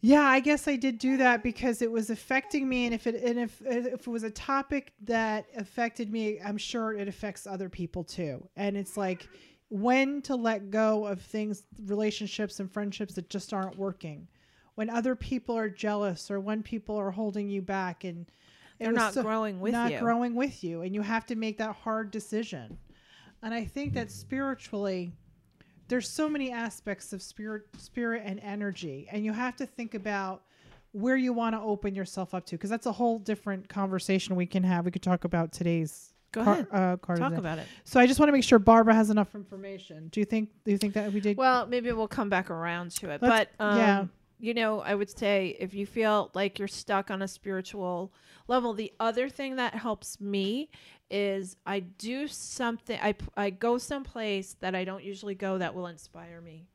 [SPEAKER 2] yeah, I guess I did do that because it was affecting me and if it and if if it was a topic that affected me, I'm sure it affects other people too. And it's like when to let go of things, relationships and friendships that just aren't working. When other people are jealous or when people are holding you back and it
[SPEAKER 1] They're
[SPEAKER 2] was
[SPEAKER 1] not
[SPEAKER 2] so-
[SPEAKER 1] growing with
[SPEAKER 2] not
[SPEAKER 1] you.
[SPEAKER 2] growing with you and you have to make that hard decision and i think that spiritually there's so many aspects of spirit spirit and energy and you have to think about where you want to open yourself up to because that's a whole different conversation we can have we could talk about today's
[SPEAKER 1] Go
[SPEAKER 2] car-
[SPEAKER 1] ahead.
[SPEAKER 2] uh, card of
[SPEAKER 1] Talk
[SPEAKER 2] the-
[SPEAKER 1] about it.
[SPEAKER 2] so i just want to make sure barbara has enough information do you think do you think that we did
[SPEAKER 1] Well, maybe we'll come back around to it.
[SPEAKER 2] Let's-
[SPEAKER 1] but um,
[SPEAKER 2] yeah.
[SPEAKER 1] you know, I would say if you feel like you're stuck on a spiritual level, the other thing that helps me is I do something. I p- I go someplace that I don't usually go that will inspire me.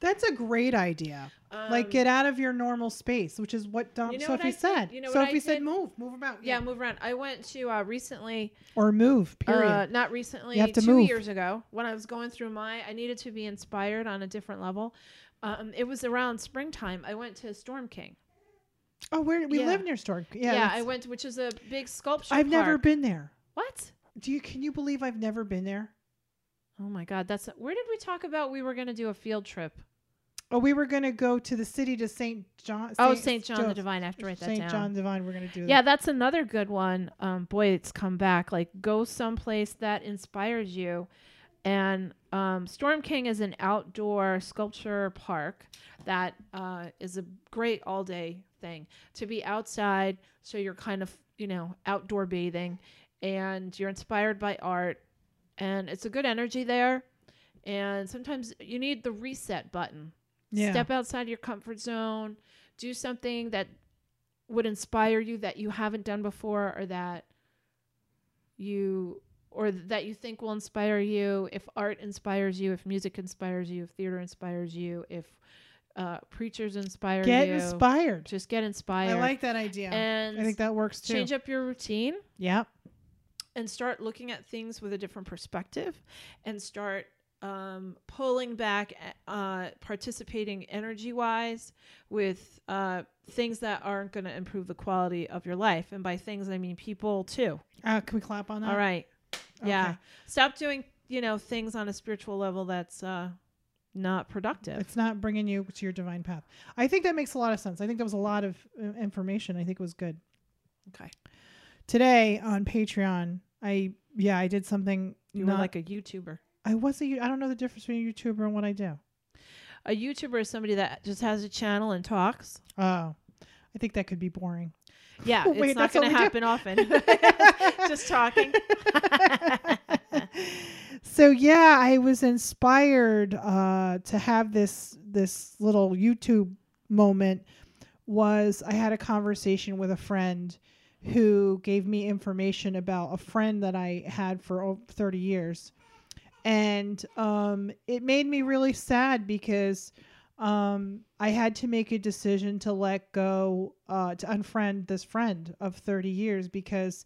[SPEAKER 2] that's a great idea like
[SPEAKER 1] Um,
[SPEAKER 2] get out of your normal space which is what Dom,
[SPEAKER 1] You know what
[SPEAKER 2] sophie
[SPEAKER 1] I did?
[SPEAKER 2] said
[SPEAKER 1] You know what I
[SPEAKER 2] sophie said
[SPEAKER 1] did?
[SPEAKER 2] move move about
[SPEAKER 1] yeah, move around. I went to uh, recently.
[SPEAKER 2] or move period
[SPEAKER 1] Uh, not recently,
[SPEAKER 2] You have to
[SPEAKER 1] two
[SPEAKER 2] move.
[SPEAKER 1] years ago, when I was going through my, I needed to be inspired on a different level. Um, it was around springtime. I went to Storm King.
[SPEAKER 2] oh where we
[SPEAKER 1] yeah.
[SPEAKER 2] live near stork yeah,
[SPEAKER 1] Yeah,
[SPEAKER 2] that's-
[SPEAKER 1] I went, which is a big sculpture.
[SPEAKER 2] i've never
[SPEAKER 1] park.
[SPEAKER 2] been there
[SPEAKER 1] What?
[SPEAKER 2] do you can you believe i've never been there
[SPEAKER 1] Oh my God, that's where did we talk about we were going to do a field trip?
[SPEAKER 2] Oh, we were gonna go to the city to Saint John.
[SPEAKER 1] oh, St. John the
[SPEAKER 2] Joseph-
[SPEAKER 1] Divine. I have to write that
[SPEAKER 2] Saint
[SPEAKER 1] down.
[SPEAKER 2] John Divine. We're gonna do.
[SPEAKER 1] yeah, that's another good one. Um, boy, it's come back. Like, go someplace that inspires you. And um, Storm King is an outdoor sculpture park that uh, is a great all day thing to be outside. So you're kind of, you know, outdoor bathing and you're inspired by art. And it's a good energy there. And sometimes you need the reset button
[SPEAKER 2] Yeah.
[SPEAKER 1] step outside your comfort zone do something that would inspire you that you haven't done before or that you or that you think will inspire you if art inspires you if music inspires you if theater inspires you if uh, preachers inspire
[SPEAKER 2] Get
[SPEAKER 1] you
[SPEAKER 2] inspired.
[SPEAKER 1] just get inspired
[SPEAKER 2] I like that idea.
[SPEAKER 1] and
[SPEAKER 2] I think that works too.
[SPEAKER 1] change up your routine
[SPEAKER 2] Yep.
[SPEAKER 1] and start looking at things with a different perspective and start um, pulling back uh, participating energy wise with uh, things that aren't going to improve the quality of your life and by things i mean people too
[SPEAKER 2] Uh, can we clap on that?
[SPEAKER 1] all right yeah
[SPEAKER 2] Okay.
[SPEAKER 1] stop doing you know things on a spiritual level that's uh, not productive
[SPEAKER 2] It's not bringing you to your divine path. I think that makes a lot of sense. I think that was a lot of uh, information. I think it was good.
[SPEAKER 1] okay
[SPEAKER 2] Today on Patreon, I yeah I did something.
[SPEAKER 1] you
[SPEAKER 2] not,
[SPEAKER 1] were like a youtuber
[SPEAKER 2] I was a you- I don't know the difference between a YouTuber and what I do.
[SPEAKER 1] a youtuber is somebody that just has a channel and talks
[SPEAKER 2] Oh, I think that could be boring.
[SPEAKER 1] yeah
[SPEAKER 2] <laughs> Wait,
[SPEAKER 1] it's not
[SPEAKER 2] that's what
[SPEAKER 1] going to
[SPEAKER 2] we
[SPEAKER 1] happen
[SPEAKER 2] do.
[SPEAKER 1] often
[SPEAKER 2] <laughs>
[SPEAKER 1] <laughs> just talking
[SPEAKER 2] so yeah, I was inspired uh, to have this this little YouTube moment. Was I had a conversation with a friend who gave me information about a friend that I had for over thirty years, and um, it made me really sad because um, I had to make a decision to let go uh, to unfriend this friend of thirty years because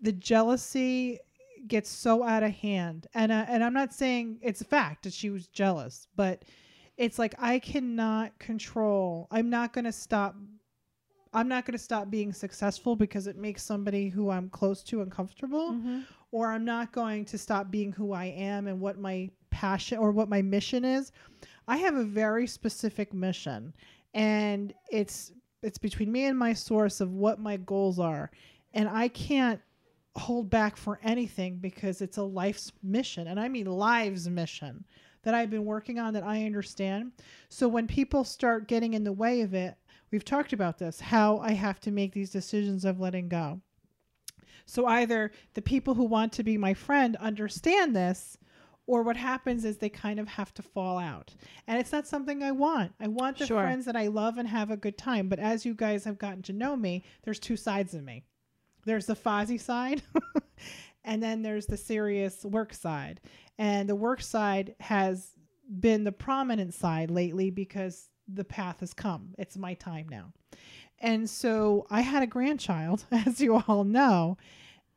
[SPEAKER 2] the jealousy gets so out of hand and uh, and I'm not saying it's a fact that she was jealous but it's like I cannot control I'm not going to stop I'm not going to stop being successful because it makes somebody who I'm close to uncomfortable or I'm not going to stop being who I am and what my passion or what my mission is. I have a very specific mission and it's it's between me and my source of what my goals are and I can't hold back for anything because it's a life's mission and I mean lives mission that I've been working on that I understand. So when people start getting in the way of it, we've talked about this how I have to make these decisions of letting go. So either the people who want to be my friend understand this, or what happens is they kind of have to fall out. And it's not something I want. I want the
[SPEAKER 1] Sure.
[SPEAKER 2] friends that I love and have a good time. But as you guys have gotten to know me, there's two sides of me there's the Fozzie side, <laughs> and then there's the serious work side. And the work side has been the prominent side lately because the path has come. It's my time now. And so I had a grandchild, <laughs> as you all know,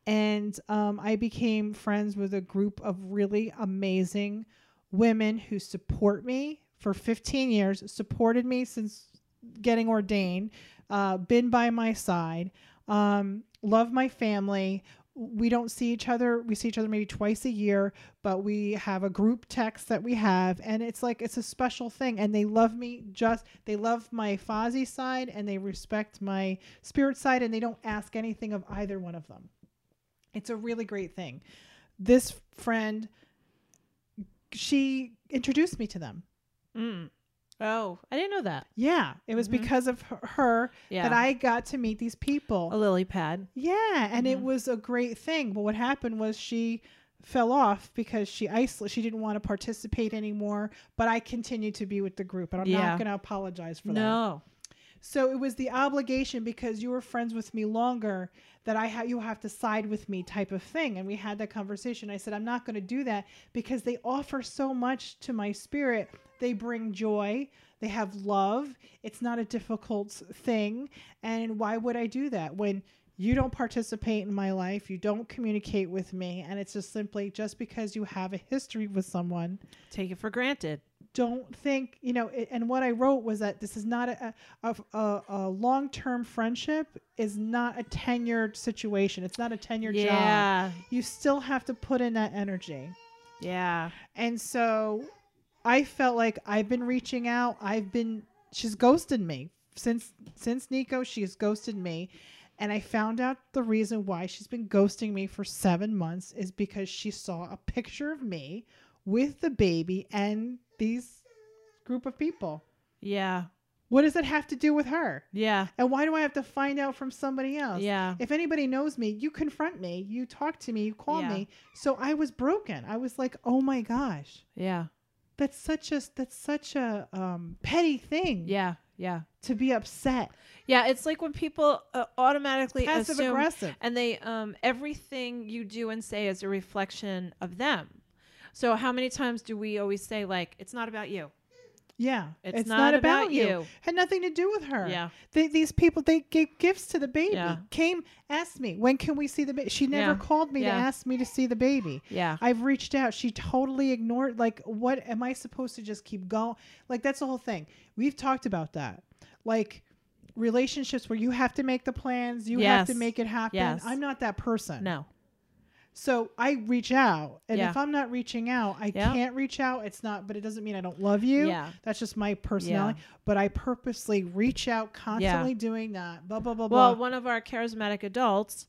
[SPEAKER 2] and um, I became friends with a group of really amazing women who support me for 15 years, supported me since getting ordained, uh, been by my side, um, love my family. We don't see each other. We see each other maybe twice a year, but we have a group text that we have, and it's like it's a special thing. And they love me just, they love my Fozzie side and they respect my spirit side, and they don't ask anything of either one of them. It's a really great thing. This friend she introduced me to them.
[SPEAKER 1] Mm. Oh, I didn't know that.
[SPEAKER 2] Yeah, it was
[SPEAKER 1] Mhm.
[SPEAKER 2] because of her, her
[SPEAKER 1] Yeah.
[SPEAKER 2] that I got to meet these people.
[SPEAKER 1] a lily pad.
[SPEAKER 2] Yeah,
[SPEAKER 1] Mm-hmm.
[SPEAKER 2] and it was a great thing. But what happened was she fell off because she isolated. She didn't want to participate anymore. But I continued to be with the group, and I'm
[SPEAKER 1] Yeah.
[SPEAKER 2] not going to apologize for that.
[SPEAKER 1] No.
[SPEAKER 2] So it was the obligation because you were friends with me longer that I have you have to side with me type of thing. And we had that conversation. I said I'm not going to do that because they offer so much to my spirit. They bring joy. They have love. It's not a difficult s- thing. And why would I do that when you don't participate in my life, you don't communicate with me, and it's just simply just because you have a history with someone
[SPEAKER 1] Take it for granted.
[SPEAKER 2] don't think you know it, and what i wrote was that this is not a, a, a, a long-term friendship is not a tenured situation it's not a tenured job
[SPEAKER 1] yeah.
[SPEAKER 2] you still have to put in that energy
[SPEAKER 1] Yeah.
[SPEAKER 2] and so i felt like i've been reaching out i've been she's ghosted me since since nico she's ghosted me and i found out the reason why she's been ghosting me for seven months is because she saw a picture of me with the baby and these group of people
[SPEAKER 1] Yeah.
[SPEAKER 2] what does that have to do with her
[SPEAKER 1] Yeah.
[SPEAKER 2] and why do i have to find out from somebody else
[SPEAKER 1] Yeah.
[SPEAKER 2] if anybody knows me, you confront me, you talk to me, you call
[SPEAKER 1] Yeah.
[SPEAKER 2] me. So I was broken. I was like, "Oh my gosh,
[SPEAKER 1] Yeah.
[SPEAKER 2] that's such a that's such a um, petty thing
[SPEAKER 1] Yeah. Yeah.
[SPEAKER 2] to be upset
[SPEAKER 1] Yeah. It's like when people uh, automatically
[SPEAKER 2] passive
[SPEAKER 1] assume
[SPEAKER 2] aggressive
[SPEAKER 1] and they um everything you do and say is a reflection of them. So how many times do we always say like it's not about you?
[SPEAKER 2] yeah
[SPEAKER 1] It's not about you.
[SPEAKER 2] had nothing to do with her
[SPEAKER 1] Yeah.
[SPEAKER 2] They- these people they gave gifts to the baby
[SPEAKER 1] Yeah.
[SPEAKER 2] came asked me when can we see the baby she never
[SPEAKER 1] Yeah.
[SPEAKER 2] called me
[SPEAKER 1] Yeah.
[SPEAKER 2] to ask me to see the baby
[SPEAKER 1] Yeah.
[SPEAKER 2] I've reached out. She totally ignored. Like, what am I supposed to just keep going? Like, that's the whole thing. We've talked about that. Like, relationships where you have to make the plans, you have to
[SPEAKER 1] Yes.
[SPEAKER 2] make it happen.
[SPEAKER 1] Yes.
[SPEAKER 2] I'm not that person.
[SPEAKER 1] No.
[SPEAKER 2] So I reach out. And
[SPEAKER 1] Yeah.
[SPEAKER 2] if I'm not reaching out, I
[SPEAKER 1] Yeah.
[SPEAKER 2] can't reach out. It's not, but it doesn't mean I don't love you.
[SPEAKER 1] Yeah.
[SPEAKER 2] That's just my personality. But I purposely reach out, constantly doing that. Blah, blah, blah,
[SPEAKER 1] Well,
[SPEAKER 2] blah.
[SPEAKER 1] one of our charismatic adults,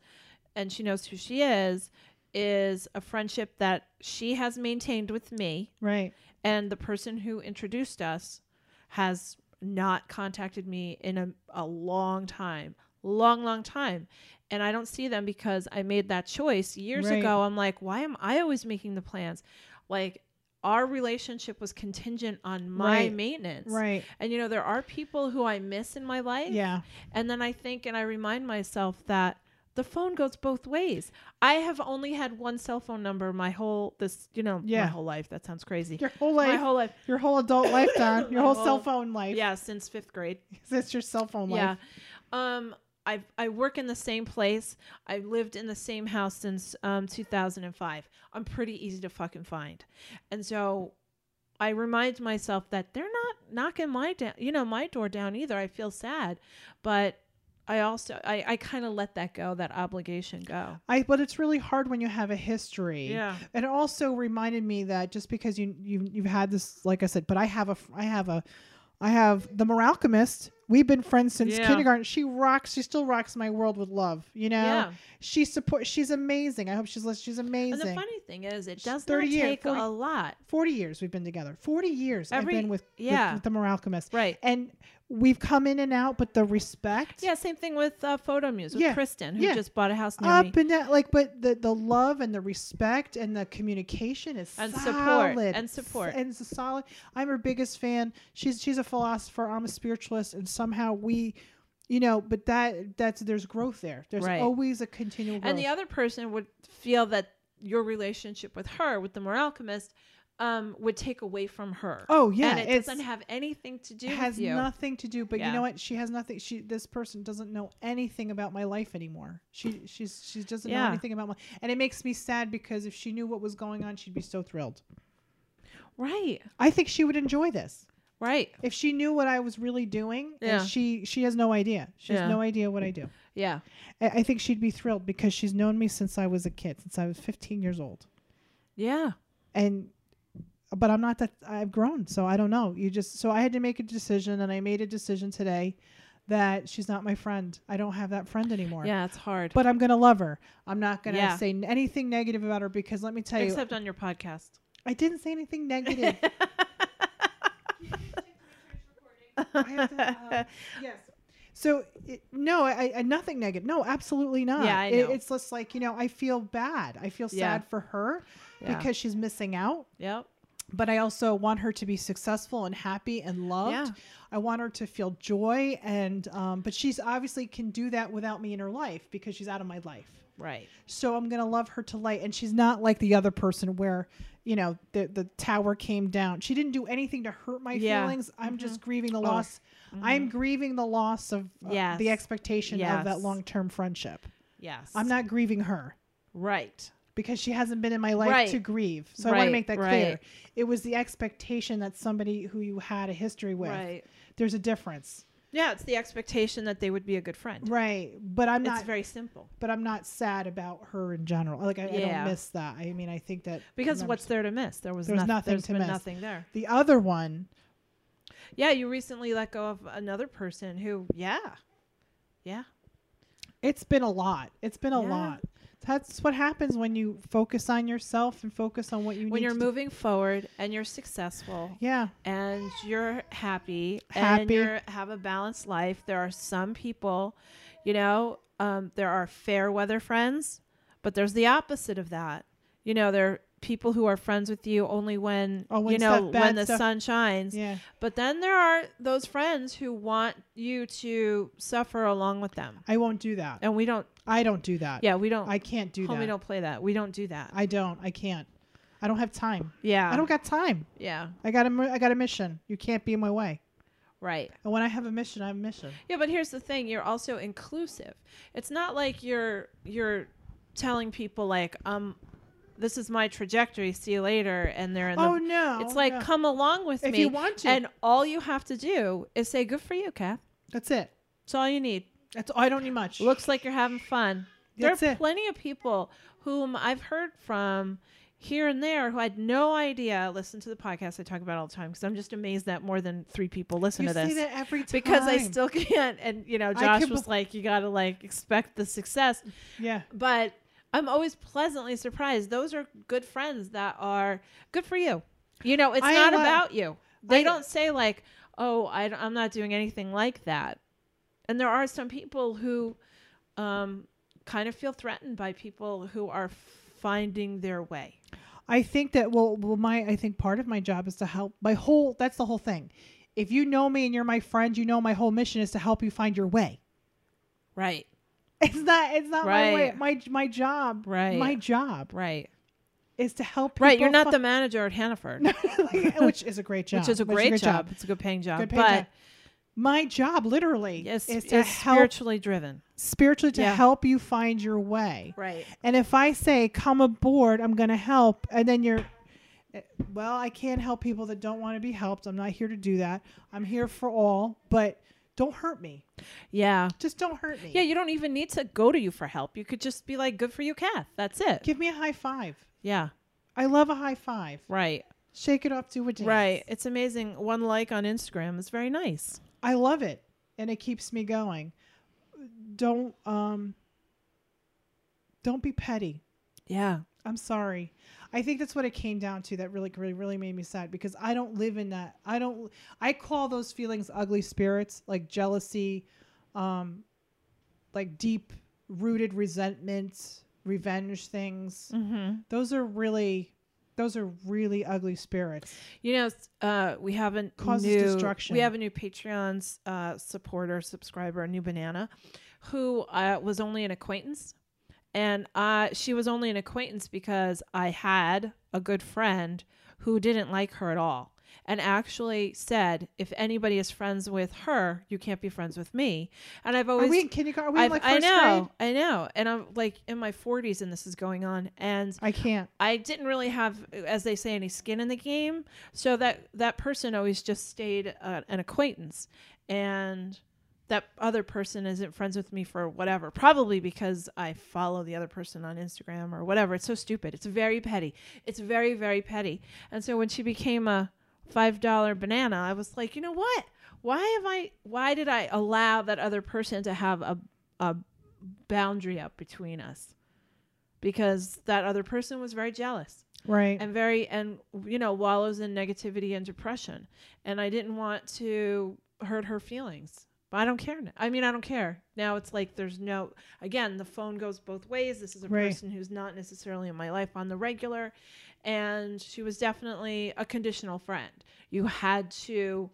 [SPEAKER 1] and she knows who she is, is a friendship that she has maintained with me,
[SPEAKER 2] Right.
[SPEAKER 1] and the person who introduced us has not contacted me in a, a long time. Long, long time. And I don't see them because I made that choice years
[SPEAKER 2] Right.
[SPEAKER 1] ago. I'm like, why am I always making the plans? Like, our relationship was contingent on my
[SPEAKER 2] Right.
[SPEAKER 1] maintenance.
[SPEAKER 2] Right.
[SPEAKER 1] And, you know, there are people who I miss in my life.
[SPEAKER 2] Yeah.
[SPEAKER 1] And then I think and I remind myself that the phone goes both ways. I have only had one cell phone number my whole this you know
[SPEAKER 2] Yeah.
[SPEAKER 1] my whole life. That sounds crazy.
[SPEAKER 2] Your whole
[SPEAKER 1] my
[SPEAKER 2] life,
[SPEAKER 1] whole life.
[SPEAKER 2] your whole adult life,
[SPEAKER 1] <laughs>
[SPEAKER 2] Don. Your
[SPEAKER 1] My
[SPEAKER 2] whole,
[SPEAKER 1] whole-
[SPEAKER 2] cell phone life.
[SPEAKER 1] Yeah, since 5th grade.
[SPEAKER 2] That's your cell phone life.
[SPEAKER 1] Yeah. Um I I work in the same place. I've lived in the same house since um 2005. I'm pretty easy to fucking find. And so I remind myself that they're not knocking my down, you know, my door down either. I feel sad, but I also I, I kind of let that go, that obligation go.
[SPEAKER 2] I but it's really hard when you have a history.
[SPEAKER 1] Yeah.
[SPEAKER 2] And it also reminded me that just because you you you've had this like I said, but I have a fr- I have a I have the Moralchemist. We've been friends since
[SPEAKER 1] Yeah.
[SPEAKER 2] kindergarten. She rocks. She still rocks my world with love. You know,
[SPEAKER 1] Yeah.
[SPEAKER 2] she support. She's amazing. I hope she's lis- she's amazing.
[SPEAKER 1] And the funny thing is, it
[SPEAKER 2] Sh-
[SPEAKER 1] does not
[SPEAKER 2] 30 year-
[SPEAKER 1] take
[SPEAKER 2] 40
[SPEAKER 1] a lot.
[SPEAKER 2] Forty years we've been together. Forty years
[SPEAKER 1] Every-
[SPEAKER 2] I've been with with-
[SPEAKER 1] yeah.
[SPEAKER 2] with, the Moralchemist.
[SPEAKER 1] Right.
[SPEAKER 2] And we've come in and out, but the respect.
[SPEAKER 1] Yeah, same thing with uh, Photo Muse with
[SPEAKER 2] Yeah.
[SPEAKER 1] Kristen, who
[SPEAKER 2] Yeah.
[SPEAKER 1] just bought a house near
[SPEAKER 2] Up
[SPEAKER 1] me.
[SPEAKER 2] and down, like, but the the love and the respect and the communication is
[SPEAKER 1] And
[SPEAKER 2] solid.
[SPEAKER 1] support, and support.
[SPEAKER 2] S- and it's a solid. I'm her biggest fan. She's she's a philosopher. I'm a spiritualist, and somehow we, you know, but that that's there's growth there. There's
[SPEAKER 1] Right.
[SPEAKER 2] always a continual. Growth.
[SPEAKER 1] And the other person would feel that your relationship with her, with the Moralchemist, um, would take away from her.
[SPEAKER 2] Oh, yeah,
[SPEAKER 1] and it
[SPEAKER 2] it's-
[SPEAKER 1] doesn't have anything to do
[SPEAKER 2] has
[SPEAKER 1] with you.
[SPEAKER 2] nothing to do. But you
[SPEAKER 1] Yeah.
[SPEAKER 2] know what? She has nothing. She this person doesn't know anything about my life anymore. She she's she doesn't know
[SPEAKER 1] Yeah.
[SPEAKER 2] anything about my. And it makes me sad because if she knew what was going on, she'd be so thrilled.
[SPEAKER 1] Right,
[SPEAKER 2] I think she would enjoy this.
[SPEAKER 1] right,
[SPEAKER 2] if she knew what I was really doing, and
[SPEAKER 1] Yeah.
[SPEAKER 2] she she has no idea. She
[SPEAKER 1] Yeah.
[SPEAKER 2] has no idea what I do.
[SPEAKER 1] yeah,
[SPEAKER 2] I, I think she'd be thrilled because she's known me since I was a kid, since I was 15 years old.
[SPEAKER 1] yeah,
[SPEAKER 2] And but I'm not that I've grown, so I don't know. You just so I had to make a decision, and I made a decision today that she's not my friend. I don't have that friend anymore.
[SPEAKER 1] yeah. It's hard,
[SPEAKER 2] But I'm gonna love her. I'm not gonna
[SPEAKER 1] Yeah.
[SPEAKER 2] say n- anything negative about her because let me tell you, <laughs>
[SPEAKER 1] except on your podcast.
[SPEAKER 2] I didn't say anything
[SPEAKER 1] <laughs>
[SPEAKER 2] negative. I have to,
[SPEAKER 1] <laughs>
[SPEAKER 2] uh, yes. So it, no, I, I nothing negative. No, absolutely not.
[SPEAKER 1] Yeah, I
[SPEAKER 2] It-
[SPEAKER 1] know.
[SPEAKER 2] it's just like you know, I feel bad. I feel sad
[SPEAKER 1] Yeah.
[SPEAKER 2] for her
[SPEAKER 1] Yeah.
[SPEAKER 2] because she's missing out.
[SPEAKER 1] yep.
[SPEAKER 2] But I also want her to be successful and happy and loved.
[SPEAKER 1] Yeah.
[SPEAKER 2] I want her to feel joy and um, but she's obviously can do that without me in her life because she's out of my life.
[SPEAKER 1] Right.
[SPEAKER 2] So I'm gonna love her to light, and she's not like the other person where you know the the tower came down. She didn't do anything to hurt my
[SPEAKER 1] Yeah. Mm-hmm. Oh.
[SPEAKER 2] feelings. I'm just grieving the loss. I'm grieving the loss of uh,
[SPEAKER 1] Yes.
[SPEAKER 2] the expectation of that
[SPEAKER 1] Yes.
[SPEAKER 2] long term friendship.
[SPEAKER 1] Yes.
[SPEAKER 2] I'm not grieving her
[SPEAKER 1] right.
[SPEAKER 2] because she hasn't been in my life
[SPEAKER 1] Right.
[SPEAKER 2] to grieve. So I want
[SPEAKER 1] Right,
[SPEAKER 2] to make that clear.
[SPEAKER 1] right.
[SPEAKER 2] It was the expectation that somebody who you had a history with.
[SPEAKER 1] Right.
[SPEAKER 2] There's a difference.
[SPEAKER 1] Yeah, it's the expectation that they would be a good friend.
[SPEAKER 2] Right. But I'm
[SPEAKER 1] It's
[SPEAKER 2] not.
[SPEAKER 1] very simple.
[SPEAKER 2] but I'm not sad about her in general. Like I, I
[SPEAKER 1] Yeah.
[SPEAKER 2] don't miss that. I mean, I think that
[SPEAKER 1] Because
[SPEAKER 2] remember-
[SPEAKER 1] what's there to miss? There was,
[SPEAKER 2] There was
[SPEAKER 1] noth-
[SPEAKER 2] nothing
[SPEAKER 1] there's
[SPEAKER 2] to
[SPEAKER 1] been
[SPEAKER 2] miss.
[SPEAKER 1] nothing there.
[SPEAKER 2] The other one,
[SPEAKER 1] Yeah, you recently let go of another person who, yeah. Yeah.
[SPEAKER 2] it's been a lot. It's been a
[SPEAKER 1] Yeah.
[SPEAKER 2] lot. That's what happens when you focus on yourself and focus on what you need.
[SPEAKER 1] When you're
[SPEAKER 2] to do.
[SPEAKER 1] moving forward and you're successful
[SPEAKER 2] yeah,
[SPEAKER 1] and you're happy, and
[SPEAKER 2] Happy.
[SPEAKER 1] you have a balanced life, there are some people, you know, um, there are fair weather friends, but there's the opposite of that. You know, there are people who are friends with you only when,
[SPEAKER 2] Oh, when
[SPEAKER 1] you know,
[SPEAKER 2] stuff- bad
[SPEAKER 1] when the
[SPEAKER 2] stuff-
[SPEAKER 1] sun shines.
[SPEAKER 2] yeah.
[SPEAKER 1] But then there are those friends who want you to suffer along with them.
[SPEAKER 2] I won't do that.
[SPEAKER 1] And we don't,
[SPEAKER 2] I don't do that.
[SPEAKER 1] yeah, we don't,
[SPEAKER 2] I can't do
[SPEAKER 1] homie,
[SPEAKER 2] that.
[SPEAKER 1] don't play that. We don't do that.
[SPEAKER 2] I don't. I can't. I don't have time.
[SPEAKER 1] yeah.
[SPEAKER 2] I don't got time.
[SPEAKER 1] yeah.
[SPEAKER 2] I got a. mi- I got a mission. You can't be in my way.
[SPEAKER 1] Right.
[SPEAKER 2] And when I have a mission, I have a mission.
[SPEAKER 1] Yeah, but here's the thing: you're also inclusive. It's not like you're you're telling people like, um, this is my trajectory. See you later, and they're in
[SPEAKER 2] oh
[SPEAKER 1] the.
[SPEAKER 2] no!
[SPEAKER 1] It's like
[SPEAKER 2] no.
[SPEAKER 1] come along with
[SPEAKER 2] If
[SPEAKER 1] me
[SPEAKER 2] you want to.
[SPEAKER 1] and all you have to do is say good for you, Kath.
[SPEAKER 2] That's it.
[SPEAKER 1] That's all you need.
[SPEAKER 2] That's. I don't need much.
[SPEAKER 1] Looks like you're having fun. There
[SPEAKER 2] That's
[SPEAKER 1] are
[SPEAKER 2] it.
[SPEAKER 1] plenty of people whom I've heard from here and there who had no idea. Listen to the podcast I talk about all the time because I'm just amazed that more than three people listen
[SPEAKER 2] you
[SPEAKER 1] to this
[SPEAKER 2] say that every time
[SPEAKER 1] because I still <laughs> can't. And you know, Josh
[SPEAKER 2] can
[SPEAKER 1] was
[SPEAKER 2] bel-
[SPEAKER 1] like, "You gotta like expect the success,"
[SPEAKER 2] Yeah.
[SPEAKER 1] but I'm always pleasantly surprised. Those are good friends that are good for you. You know, it's
[SPEAKER 2] I
[SPEAKER 1] not
[SPEAKER 2] love-
[SPEAKER 1] about you. They
[SPEAKER 2] I-
[SPEAKER 1] don't say like, "Oh, I, am not doing anything like that." And there are some people who, um, kind of feel threatened by people who are finding their way.
[SPEAKER 2] I think that well, well, my I think part of my job is to help. My whole that's the whole thing. If you know me and you're my friend, you know my whole mission is to help you find your way. <laughs>
[SPEAKER 1] Right.
[SPEAKER 2] It's not. It's not my way.
[SPEAKER 1] Right.
[SPEAKER 2] My my job.
[SPEAKER 1] Right.
[SPEAKER 2] My job
[SPEAKER 1] Right.
[SPEAKER 2] is to help.
[SPEAKER 1] Right. You're
[SPEAKER 2] people
[SPEAKER 1] not the manager at Hannaford,
[SPEAKER 2] <laughs> fi- which is a great job.
[SPEAKER 1] which is a great job. It's a good paying job,
[SPEAKER 2] Good paying
[SPEAKER 1] but.
[SPEAKER 2] job. My job, literally,
[SPEAKER 1] Yes, is
[SPEAKER 2] is to help
[SPEAKER 1] spiritually driven.
[SPEAKER 2] spiritually to
[SPEAKER 1] Yeah.
[SPEAKER 2] help you find your way.
[SPEAKER 1] Right.
[SPEAKER 2] And if I say, come aboard, I'm going to help, and then you're, eh, well, I can't help people that don't want to be helped. I'm not here to do that. I'm here for all, but don't hurt me.
[SPEAKER 1] Yeah.
[SPEAKER 2] Just don't hurt me.
[SPEAKER 1] Yeah, you don't even need to go to you for help. You could just be like, "Good for you, Kath." That's it.
[SPEAKER 2] Give me a high five.
[SPEAKER 1] Yeah.
[SPEAKER 2] I love a high five.
[SPEAKER 1] Right.
[SPEAKER 2] Shake it off, do a dance.
[SPEAKER 1] Right. It's amazing. One like on Instagram is very nice.
[SPEAKER 2] I love it, and it keeps me going. Don't um. Don't be petty.
[SPEAKER 1] Yeah.
[SPEAKER 2] I'm sorry. I think that's what it came down to that really really really made me sad because I don't live in that. I don't I call those feelings ugly spirits like jealousy, um like deep rooted resentment, revenge things.
[SPEAKER 1] Mm-hmm.
[SPEAKER 2] Those are really those are really ugly spirits.
[SPEAKER 1] You know, s- uh, we have a
[SPEAKER 2] Causes
[SPEAKER 1] new
[SPEAKER 2] destruction.
[SPEAKER 1] we have a new Patreon's uh, supporter subscriber, New Banana, who uh, was only an acquaintance, and uh, she was only an acquaintance because I had a good friend who didn't like her at all, and actually said, "If anybody is friends with her, you can't be friends with me." And I've always
[SPEAKER 2] Are we in kindergarten? Are we in
[SPEAKER 1] I've-
[SPEAKER 2] like
[SPEAKER 1] I
[SPEAKER 2] first
[SPEAKER 1] know, I know, and I'm like in my 40s, and this is going on, and
[SPEAKER 2] grade? I can't.
[SPEAKER 1] I didn't really have, as they say, any skin in the game. So that that person always just stayed uh, an acquaintance, and that other person isn't friends with me for whatever. Probably because I follow the other person on Instagram or whatever. It's so stupid. It's very petty. It's very very petty. And so when she became a five dollar banana, I was like, you know what? Why have I? Why did I allow that other person to have a a boundary up between us? because that other person was very jealous.
[SPEAKER 2] Right.
[SPEAKER 1] and very and you know wallows in negativity and depression and i didn't want to hurt her feelings but i don't care now. i mean i don't care now it's like there's no again the phone goes both ways this is a
[SPEAKER 2] Right.
[SPEAKER 1] person who's not necessarily in my life on the regular and she was definitely a conditional friend you had to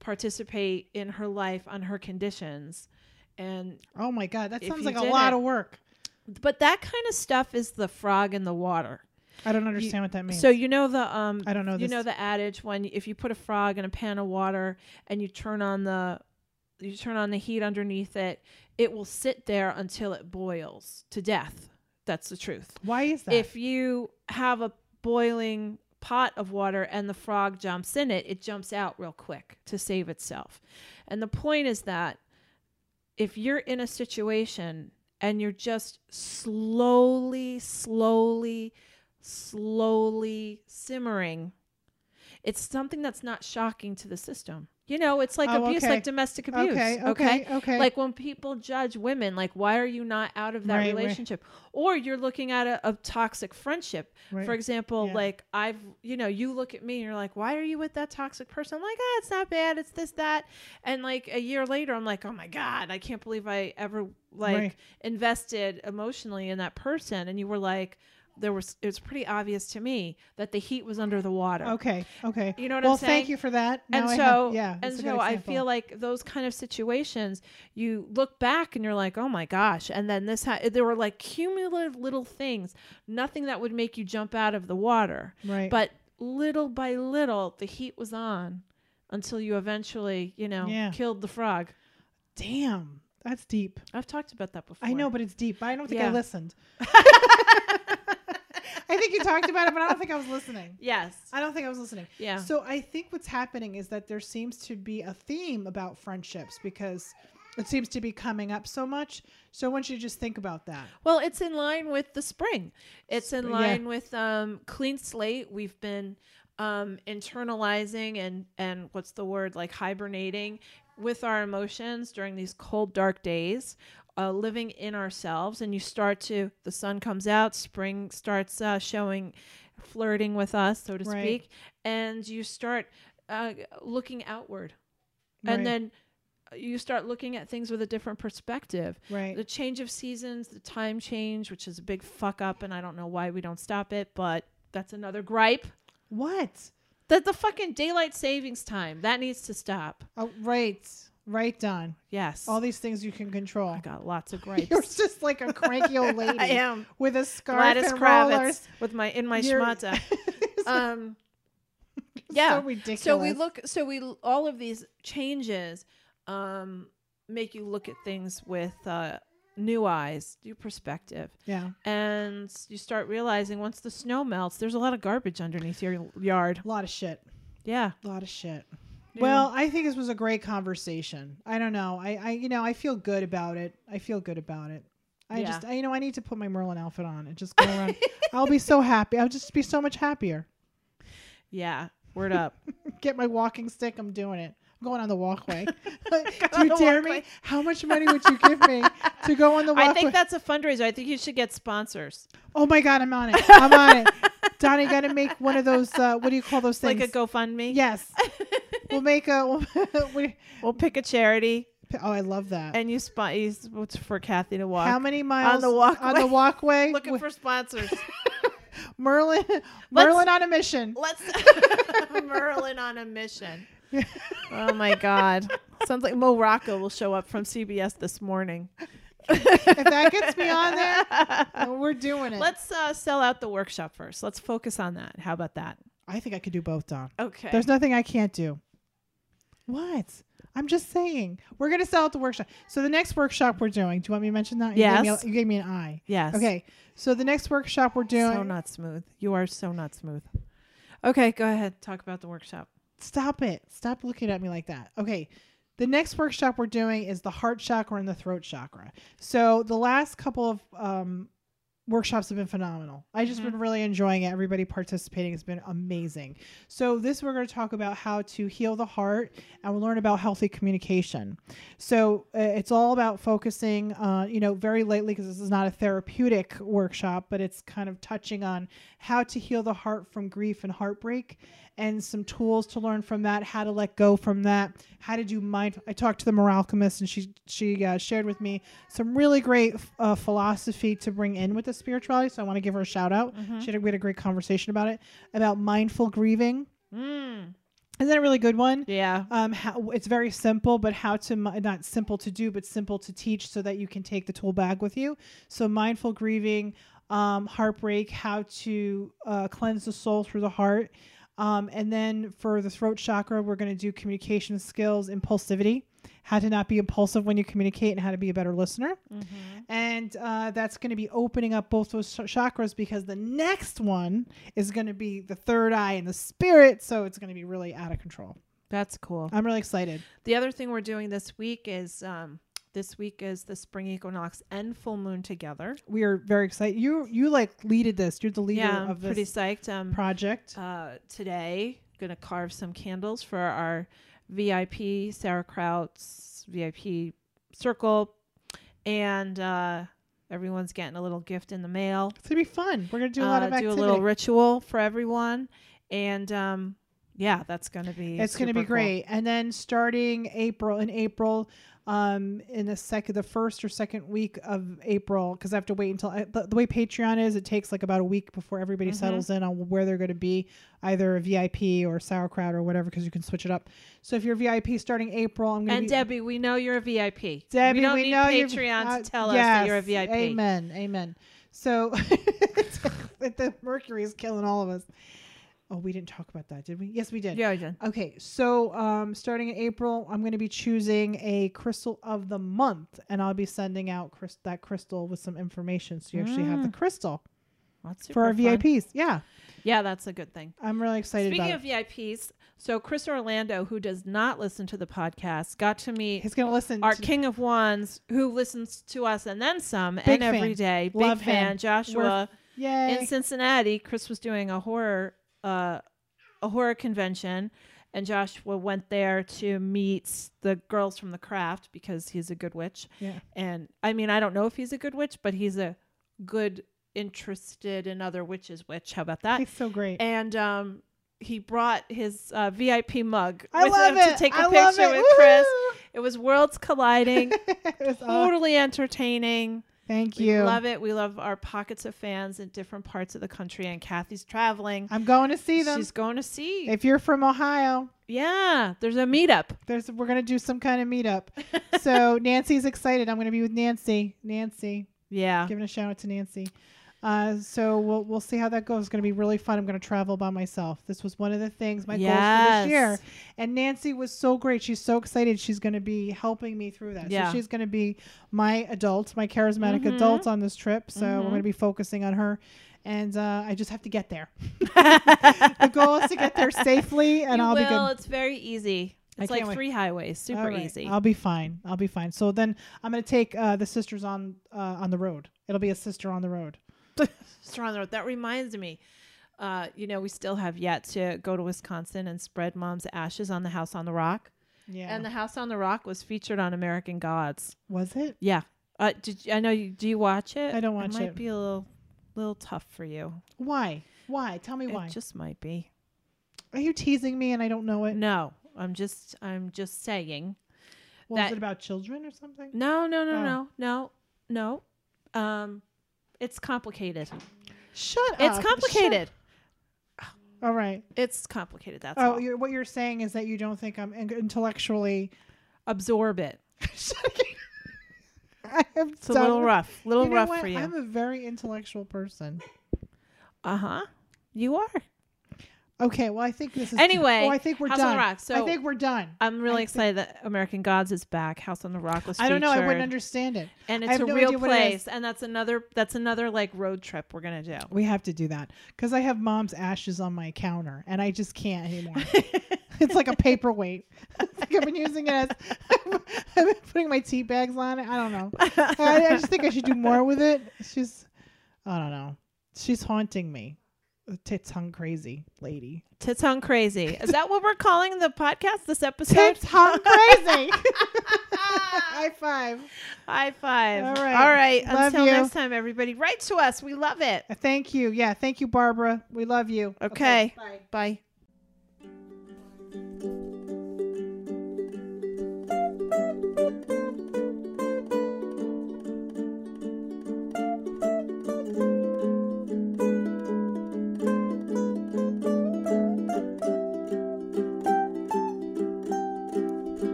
[SPEAKER 1] participate in her life on her conditions and
[SPEAKER 2] oh my God, that
[SPEAKER 1] if
[SPEAKER 2] sounds
[SPEAKER 1] you
[SPEAKER 2] like a
[SPEAKER 1] did
[SPEAKER 2] lot
[SPEAKER 1] it-
[SPEAKER 2] of work.
[SPEAKER 1] but that kind of stuff is the frog in the water
[SPEAKER 2] I don't understand what that means.
[SPEAKER 1] so you know the um
[SPEAKER 2] I don't know.
[SPEAKER 1] you
[SPEAKER 2] This.
[SPEAKER 1] know the adage when if you put a frog in a pan of water and you turn on the you turn on the heat underneath it, it will sit there until it boils to death. That's the truth.
[SPEAKER 2] Why is that?
[SPEAKER 1] If you have a boiling pot of water and the frog jumps in it, it jumps out real quick to save itself. And the point is that if you're in a situation and you're just slowly, slowly, slowly simmering, it's something that's not shocking to the system. You know, it's like
[SPEAKER 2] Oh,
[SPEAKER 1] abuse,
[SPEAKER 2] okay.
[SPEAKER 1] like domestic abuse.
[SPEAKER 2] okay, okay, okay.
[SPEAKER 1] Like when people judge women, like why are you not out of that
[SPEAKER 2] Right, right.
[SPEAKER 1] relationship? Or you're looking at a, a toxic friendship.
[SPEAKER 2] Right.
[SPEAKER 1] For example,
[SPEAKER 2] Yeah.
[SPEAKER 1] like I've, you know, you look at me and you're like, why are you with that toxic person? I'm like, ah, it's not bad. It's this, that. And like a year later, I'm like, oh my God, I can't believe I ever like
[SPEAKER 2] Right.
[SPEAKER 1] invested emotionally in that person. And you were like, there was, it was pretty obvious to me that the heat was under the water.
[SPEAKER 2] okay, okay.
[SPEAKER 1] You know what I'm
[SPEAKER 2] well, thank
[SPEAKER 1] saying?
[SPEAKER 2] you for that.
[SPEAKER 1] And
[SPEAKER 2] Now I
[SPEAKER 1] so,
[SPEAKER 2] have- yeah,
[SPEAKER 1] and
[SPEAKER 2] that's a good
[SPEAKER 1] so I
[SPEAKER 2] example.
[SPEAKER 1] feel like those kind of situations, you look back and you're like, oh my gosh. And then this, ha-, there were like cumulative little things, nothing that would make you jump out of the water.
[SPEAKER 2] right.
[SPEAKER 1] But little by little, the heat was on until you eventually, you know,
[SPEAKER 2] Yeah.
[SPEAKER 1] killed the frog.
[SPEAKER 2] damn, that's deep.
[SPEAKER 1] I've talked about that before.
[SPEAKER 2] I know, but it's deep. I don't think I
[SPEAKER 1] Yeah. <laughs>
[SPEAKER 2] listened. I think you talked about it, but I don't think I was listening.
[SPEAKER 1] Yes.
[SPEAKER 2] I don't think I was listening.
[SPEAKER 1] Yeah.
[SPEAKER 2] So I think what's happening is that there seems to be a theme about friendships because it seems to be coming up so much. So I want you to just think about that.
[SPEAKER 1] Well, it's in line with the spring. It's in
[SPEAKER 2] Spr- yeah.
[SPEAKER 1] line with um, clean slate. We've been um, internalizing and and what's the word like hibernating with our emotions during these cold, dark days. Uh, living in ourselves, and you start to the sun comes out, spring starts uh, showing, flirting with us, so to
[SPEAKER 2] Right.
[SPEAKER 1] speak, and you start uh, looking outward,
[SPEAKER 2] Right.
[SPEAKER 1] and then uh, you start looking at things with a different perspective
[SPEAKER 2] Right.
[SPEAKER 1] the change of seasons, the time change, which is a big fuck up, and I don't know why we don't stop it, but that's another gripe.
[SPEAKER 2] What?
[SPEAKER 1] The the fucking daylight savings time that needs to stop.
[SPEAKER 2] Oh, right. Right, Don.
[SPEAKER 1] Yes,
[SPEAKER 2] All these things you can control.
[SPEAKER 1] I got lots of
[SPEAKER 2] <laughs> You're
[SPEAKER 1] gripes.
[SPEAKER 2] just like a cranky old lady.
[SPEAKER 1] Oh <laughs> I am
[SPEAKER 2] With a scarf
[SPEAKER 1] Gladys
[SPEAKER 2] and
[SPEAKER 1] Kravitz
[SPEAKER 2] rollers.
[SPEAKER 1] with my in my
[SPEAKER 2] You're-
[SPEAKER 1] schmata.
[SPEAKER 2] <laughs> It's <laughs>
[SPEAKER 1] Um,
[SPEAKER 2] so
[SPEAKER 1] yeah.
[SPEAKER 2] ridiculous.
[SPEAKER 1] so we look. So we l- all of these changes um, make you look at things with uh, new eyes, new perspective.
[SPEAKER 2] Yeah.
[SPEAKER 1] and you start realizing once the snow melts, there's a lot of garbage underneath your yard.
[SPEAKER 2] A lot of shit.
[SPEAKER 1] Yeah.
[SPEAKER 2] A lot of shit. Well, I think this was a great conversation. I don't know. I, I you know, I feel good about it. I feel good about it. I
[SPEAKER 1] Yeah.
[SPEAKER 2] just, I, you know, I need to put my Merlin outfit on and just
[SPEAKER 1] <laughs>
[SPEAKER 2] go around. I'll be so happy. I'll just be so much happier.
[SPEAKER 1] yeah. Word
[SPEAKER 2] <laughs>
[SPEAKER 1] up.
[SPEAKER 2] Get my walking stick. I'm doing it. I'm going on the
[SPEAKER 1] <laughs>
[SPEAKER 2] walkway. <laughs> Do
[SPEAKER 1] on
[SPEAKER 2] you
[SPEAKER 1] the
[SPEAKER 2] dare me?
[SPEAKER 1] walkway.
[SPEAKER 2] How much money would you give
[SPEAKER 1] <laughs>
[SPEAKER 2] me to go on the walkway?
[SPEAKER 1] I think that's a fundraiser. I think you should get sponsors,
[SPEAKER 2] oh my God, I'm on it. I'm on
[SPEAKER 1] <laughs>
[SPEAKER 2] it. Donnie, got to make one of those. Uh, what do you call those things?
[SPEAKER 1] like a GoFundMe. <laughs>
[SPEAKER 2] Yes. we'll make a. <laughs> we-
[SPEAKER 1] We'll pick a charity,
[SPEAKER 2] oh, I love that.
[SPEAKER 1] and you spot you s- it's for Kathy to walk.
[SPEAKER 2] How many miles
[SPEAKER 1] the
[SPEAKER 2] On the
[SPEAKER 1] walkway. <laughs>
[SPEAKER 2] walkway.
[SPEAKER 1] Looking
[SPEAKER 2] Wi-
[SPEAKER 1] for
[SPEAKER 2] <laughs>
[SPEAKER 1] sponsors. <laughs>
[SPEAKER 2] Merlin. <laughs> Merlin on a mission. <laughs>
[SPEAKER 1] Let's <laughs> Merlin on a mission. oh my God! Sounds like Mo Rocco will show up from CBS this morning.
[SPEAKER 2] If that gets me <laughs>
[SPEAKER 1] <laughs>
[SPEAKER 2] on there, well, we're doing it.
[SPEAKER 1] Let's uh, sell out the workshop first. Let's focus on that. How about that?
[SPEAKER 2] I think I could do both, Don.
[SPEAKER 1] Okay.
[SPEAKER 2] There's nothing I can't do. What? I'm just saying. We're gonna sell at the workshop. So the next workshop we're doing. Do you want me to mention that? You gave me a-
[SPEAKER 1] Yes.
[SPEAKER 2] You gave me, an eye.
[SPEAKER 1] yes.
[SPEAKER 2] Okay. So the next workshop we're doing.
[SPEAKER 1] So not smooth. You are so not smooth. Okay, go ahead. Talk about the workshop.
[SPEAKER 2] Stop it. Stop looking at me like that. Okay. The next workshop we're doing is the heart chakra and the throat chakra. So the last couple of um, workshops have been phenomenal. I just been really enjoying it. Everybody participating has been amazing. So this we're going to talk about how to heal the heart, and we'll learn about healthy communication. So uh, it's all about focusing, uh, you know, very lightly because this is not a therapeutic workshop, but it's kind of touching on how to heal the heart from grief and heartbreak, and some tools to learn from that, how to let go from that, how to do mind. I talked to the moralchemist, and she she uh, shared with me some really great uh, philosophy to bring in with the spirituality. So I want to give her a shout out. She had a, we had a great conversation about it about mindful grieving.
[SPEAKER 1] Mm.
[SPEAKER 2] Isn't that a really good one?
[SPEAKER 1] Yeah.
[SPEAKER 2] Um, how, it's very simple, but how to mi- not simple to do, but simple to teach, so that you can take the tool bag with you. So mindful grieving, um, heartbreak, how to uh, cleanse the soul through the heart, um, and then for the throat chakra, we're going to do communication skills, impulsivity, how to not be impulsive when you communicate, and how to be a better listener. And uh, that's going to be opening up both those ch- chakras because the next one is going to be the third eye and the spirit. So it's going to be really out of control.
[SPEAKER 1] That's cool.
[SPEAKER 2] I'm really excited.
[SPEAKER 1] The other thing we're doing this week is um, this week is the spring equinox and full moon together.
[SPEAKER 2] We are very excited. You you like leaded this. You're the leader
[SPEAKER 1] yeah, I'm
[SPEAKER 2] of this
[SPEAKER 1] pretty psyched. Um,
[SPEAKER 2] project.
[SPEAKER 1] uh, today, gonna carve some candles for our VIP sauerkrauts VIP circle, and uh, everyone's getting a little gift in the mail.
[SPEAKER 2] It's gonna be fun. We're gonna do a lot
[SPEAKER 1] Uh,
[SPEAKER 2] of
[SPEAKER 1] do
[SPEAKER 2] activity.
[SPEAKER 1] a little ritual for everyone, and um, yeah, that's gonna be
[SPEAKER 2] it's gonna
[SPEAKER 1] super
[SPEAKER 2] be
[SPEAKER 1] cool.
[SPEAKER 2] great. And then starting April in April, um, in the second the first or second week of April, because I have to wait until I, the, the way Patreon is, it takes like about a week before everybody
[SPEAKER 1] Mm-hmm.
[SPEAKER 2] settles in on where they're gonna be, either a VIP or sauerkraut or whatever, because you can switch it up. So if you're VIP starting April, I'm gonna
[SPEAKER 1] And
[SPEAKER 2] be,
[SPEAKER 1] Debbie, we know you're a VIP.
[SPEAKER 2] Debbie,
[SPEAKER 1] we don't need
[SPEAKER 2] you're-
[SPEAKER 1] Patreon
[SPEAKER 2] uh,
[SPEAKER 1] to tell us that you're a
[SPEAKER 2] yes.
[SPEAKER 1] VIP.
[SPEAKER 2] Amen. Amen. So <laughs> the Mercury is killing all of us. Oh, we didn't talk about that, did we? Yes, we did.
[SPEAKER 1] Yeah, I did.
[SPEAKER 2] Okay, so um, starting in April, I'm going to be choosing a crystal of the month, and I'll be sending out crys- that crystal with some information, so you actually have the crystal
[SPEAKER 1] That's
[SPEAKER 2] for our
[SPEAKER 1] Mm. super fun.
[SPEAKER 2] VIPs. Yeah,
[SPEAKER 1] Yeah, that's a good thing.
[SPEAKER 2] I'm really excited
[SPEAKER 1] Speaking
[SPEAKER 2] about
[SPEAKER 1] of VIPs, so Chris Orlando, who does not listen to the podcast, got to
[SPEAKER 2] it.
[SPEAKER 1] meet
[SPEAKER 2] He's going to listen.
[SPEAKER 1] our
[SPEAKER 2] to-
[SPEAKER 1] king of wands, who listens to us and then some,
[SPEAKER 2] Big
[SPEAKER 1] and every
[SPEAKER 2] fan.
[SPEAKER 1] day. Big
[SPEAKER 2] Love
[SPEAKER 1] fan,
[SPEAKER 2] him.
[SPEAKER 1] Joshua.
[SPEAKER 2] Yay!
[SPEAKER 1] In Cincinnati, Chris was doing a horror, uh, a horror convention, and Joshua went there to meet the girls from the craft because he's a good witch.
[SPEAKER 2] Yeah.
[SPEAKER 1] And I mean, I don't know if he's a good witch, but he's a good interested in other witches witch. How about that?
[SPEAKER 2] <laughs> He's so great.
[SPEAKER 1] and um, he brought his uh, VIP mug
[SPEAKER 2] I
[SPEAKER 1] with
[SPEAKER 2] love
[SPEAKER 1] him
[SPEAKER 2] it.
[SPEAKER 1] to take a
[SPEAKER 2] I love
[SPEAKER 1] picture
[SPEAKER 2] it.
[SPEAKER 1] with Chris.
[SPEAKER 2] Woo!
[SPEAKER 1] It was worlds
[SPEAKER 2] <laughs>
[SPEAKER 1] colliding,
[SPEAKER 2] It was aw-
[SPEAKER 1] totally entertaining.
[SPEAKER 2] Thank
[SPEAKER 1] We
[SPEAKER 2] you.
[SPEAKER 1] love it. We love our pockets of fans in different parts of the country, and Kathy's traveling.
[SPEAKER 2] I'm going to see them.
[SPEAKER 1] She's going to see.
[SPEAKER 2] if you're from Ohio,
[SPEAKER 1] yeah, there's a meetup.
[SPEAKER 2] there's we're going to do some kind
[SPEAKER 1] <laughs>
[SPEAKER 2] of meetup. so Nancy's excited. I'm going to be with Nancy. Nancy.
[SPEAKER 1] Yeah, <laughs>
[SPEAKER 2] giving a shout out to Nancy. Uh, so we'll we'll see how that goes. It's going to be really fun. I'm going to travel by myself. This was one of the things my goals for
[SPEAKER 1] Yes.
[SPEAKER 2] this year. And Nancy was so great. She's so excited. She's going to be helping me through that.
[SPEAKER 1] Yeah.
[SPEAKER 2] So she's going to be my adult, my charismatic
[SPEAKER 1] Mhm.
[SPEAKER 2] adult on this trip. So I'm
[SPEAKER 1] Mhm.
[SPEAKER 2] going to be focusing on her. And uh, I just have to get there.
[SPEAKER 1] <laughs>
[SPEAKER 2] the goal is to get there safely, and
[SPEAKER 1] you
[SPEAKER 2] I'll be
[SPEAKER 1] will.
[SPEAKER 2] good.
[SPEAKER 1] It's very easy.
[SPEAKER 2] I
[SPEAKER 1] It's
[SPEAKER 2] can't
[SPEAKER 1] like
[SPEAKER 2] wait.
[SPEAKER 1] three highways, super
[SPEAKER 2] All right.
[SPEAKER 1] easy.
[SPEAKER 2] I'll be fine. I'll be fine. So then I'm going to take uh, the sisters on uh, on the road. It'll be a sister on the road.
[SPEAKER 1] Sister on the road. That reminds me. Uh, you know, we still have yet to go to Wisconsin and spread mom's ashes on the house on the rock.
[SPEAKER 2] Yeah.
[SPEAKER 1] And the house on the rock was featured on American Gods.
[SPEAKER 2] was it?
[SPEAKER 1] Yeah. Uh, did you, I know you? Do you watch it?
[SPEAKER 2] I don't watch
[SPEAKER 1] It might
[SPEAKER 2] it.
[SPEAKER 1] be a little, little tough for you.
[SPEAKER 2] Why? Why? Tell me why.
[SPEAKER 1] It just might be.
[SPEAKER 2] Are you teasing me and I don't know it?
[SPEAKER 1] No, I'm just, I'm just saying.
[SPEAKER 2] What was
[SPEAKER 1] that-
[SPEAKER 2] it about children or something?
[SPEAKER 1] No, no, no,
[SPEAKER 2] Oh.
[SPEAKER 1] no, no, no. Um, it's complicated.
[SPEAKER 2] Shut up.
[SPEAKER 1] It's
[SPEAKER 2] Shut-
[SPEAKER 1] complicated.
[SPEAKER 2] All right.
[SPEAKER 1] It's complicated. That's
[SPEAKER 2] oh,
[SPEAKER 1] all.
[SPEAKER 2] you're, what you're saying is that you don't think I'm in- intellectually. <laughs>
[SPEAKER 1] Absorb it.
[SPEAKER 2] Shut it. I am
[SPEAKER 1] It's a little rough. A little
[SPEAKER 2] you know
[SPEAKER 1] rough
[SPEAKER 2] what?
[SPEAKER 1] for you.
[SPEAKER 2] I'm a very intellectual person.
[SPEAKER 1] Uh huh. You are.
[SPEAKER 2] Okay. Well, I think this is.
[SPEAKER 1] Anyway,
[SPEAKER 2] oh, I think we're
[SPEAKER 1] House on the
[SPEAKER 2] done.
[SPEAKER 1] Rock, so-
[SPEAKER 2] I think we're done.
[SPEAKER 1] I'm really
[SPEAKER 2] I think-
[SPEAKER 1] excited that American Gods is back. House on the Rock was.
[SPEAKER 2] I don't know. I wouldn't
[SPEAKER 1] featured.
[SPEAKER 2] understand it.
[SPEAKER 1] and
[SPEAKER 2] I
[SPEAKER 1] it's
[SPEAKER 2] have
[SPEAKER 1] a
[SPEAKER 2] no
[SPEAKER 1] real
[SPEAKER 2] idea what it is.
[SPEAKER 1] place and that's another that's another like road trip we're gonna do
[SPEAKER 2] We have to do that because I have mom's ashes on my counter and I just can't anymore. it's like a paperweight. <laughs> It's like I've been using it as <laughs> I've been putting my tea bags on it. I don't know. I, I just think I should do more with it. It's just I don't know. She's haunting me. The Tits hung crazy lady.
[SPEAKER 1] Tits hung crazy. Is that what we're calling the podcast this episode?
[SPEAKER 2] <laughs> Tits hung crazy. <laughs> High five.
[SPEAKER 1] High five.
[SPEAKER 2] All
[SPEAKER 1] All
[SPEAKER 2] right.
[SPEAKER 1] right. All right.
[SPEAKER 2] Love
[SPEAKER 1] Until
[SPEAKER 2] you.
[SPEAKER 1] next time, everybody. Write to us. We love it.
[SPEAKER 2] Thank you. Yeah, thank you, Barbara. We love you.
[SPEAKER 1] Okay.
[SPEAKER 2] Bye.
[SPEAKER 1] Bye.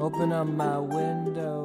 [SPEAKER 3] Open up my window.